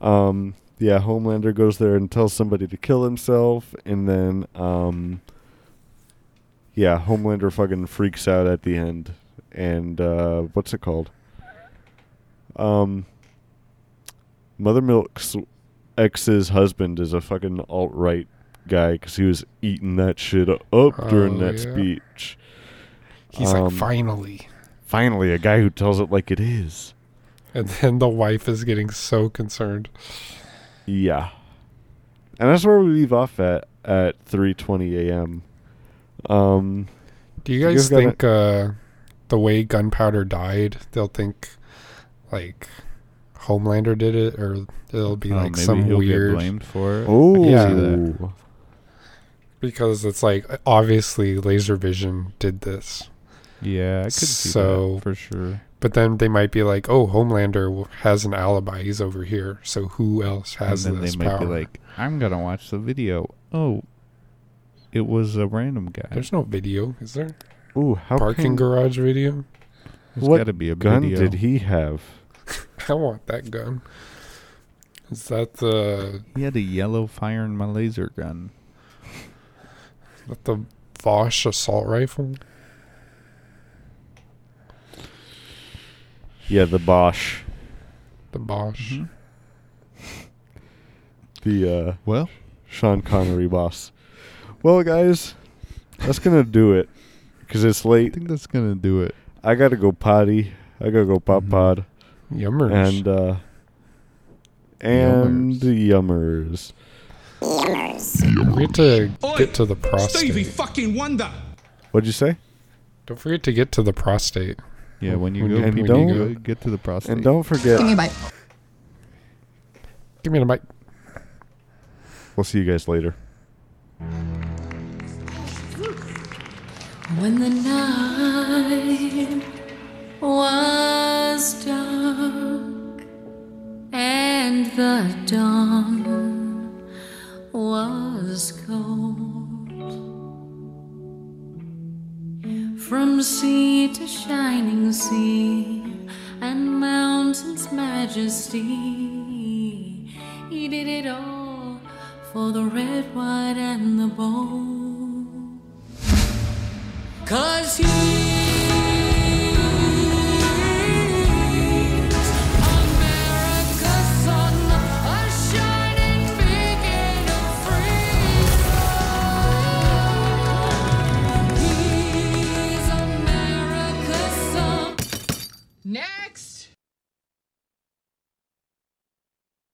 [SPEAKER 3] Um, yeah, Homelander goes there and tells somebody to kill himself, and then, um, yeah, Homelander fucking freaks out at the end. And uh, what's it called? Um, Mother Milk's ex's husband is a fucking alt right guy because he was eating that shit up during
[SPEAKER 4] Oh,
[SPEAKER 3] that
[SPEAKER 4] yeah.
[SPEAKER 3] speech.
[SPEAKER 4] He's like,
[SPEAKER 3] Um,
[SPEAKER 4] finally.
[SPEAKER 3] finally, a guy who tells it like it is.
[SPEAKER 4] And then the wife is getting so concerned.
[SPEAKER 3] Yeah. And that's where we leave off at at 3:20 a.m. Um
[SPEAKER 4] Do you
[SPEAKER 3] You guys
[SPEAKER 4] guys
[SPEAKER 3] gotta-
[SPEAKER 4] think uh, the way gunpowder died, they'll think like Homelander did it, or it'll be
[SPEAKER 2] Oh,
[SPEAKER 4] like
[SPEAKER 2] maybe
[SPEAKER 4] some
[SPEAKER 2] he'll get
[SPEAKER 4] weird
[SPEAKER 2] blamed for it.
[SPEAKER 3] oh
[SPEAKER 4] yeah.
[SPEAKER 2] that.
[SPEAKER 4] because it's like obviously Laser Vision did this,
[SPEAKER 2] Yeah, I could see
[SPEAKER 4] So-
[SPEAKER 2] that for sure.
[SPEAKER 4] but then they might be like, oh, Homelander w- has an alibi; he's over here. So who else has
[SPEAKER 2] and then
[SPEAKER 4] this
[SPEAKER 2] they might
[SPEAKER 4] power?
[SPEAKER 2] be like, "I'm gonna watch the video." Oh, it was a random guy.
[SPEAKER 4] There's no video, is there?
[SPEAKER 3] Ooh, how
[SPEAKER 4] Parking
[SPEAKER 3] can,
[SPEAKER 4] garage video.
[SPEAKER 2] There's
[SPEAKER 3] what
[SPEAKER 2] gotta be a
[SPEAKER 3] gun
[SPEAKER 2] video.
[SPEAKER 3] did he have?
[SPEAKER 4] I want that gun. Is that the
[SPEAKER 2] He had a yellow fire in my laser gun.
[SPEAKER 4] that the Vosh assault rifle?
[SPEAKER 3] Yeah, the Bosch.
[SPEAKER 4] The Bosch.
[SPEAKER 2] Mm-hmm.
[SPEAKER 3] The uh
[SPEAKER 2] Well,
[SPEAKER 3] Sean Connery boss. Well, guys, that's going to do it cuz it's
[SPEAKER 2] I
[SPEAKER 3] late.
[SPEAKER 2] think that's gonna do it.
[SPEAKER 3] I got to go potty. I got to go pop pod
[SPEAKER 4] Yummers.
[SPEAKER 3] and uh and yummers.
[SPEAKER 4] Don't forget to
[SPEAKER 6] Oi,
[SPEAKER 4] get to the prostate.
[SPEAKER 6] Stevie fucking Wonder.
[SPEAKER 3] What'd you say?
[SPEAKER 4] Don't forget to get to the prostate.
[SPEAKER 2] Yeah, when you
[SPEAKER 4] When
[SPEAKER 2] go,
[SPEAKER 4] you-
[SPEAKER 3] and
[SPEAKER 2] pee,
[SPEAKER 3] don't-
[SPEAKER 2] go- get to the prostate.
[SPEAKER 3] And don't forget,
[SPEAKER 7] Give me a bite.
[SPEAKER 4] Give me the mic.
[SPEAKER 3] we'll see you guys later.
[SPEAKER 8] When the night was dark and the dawn was cold, from sea to shining sea and mountains' majesty, he did it all for the red, white, and the bold. Cause he's America's son, a shining beacon of freedom. He's America's son. Next!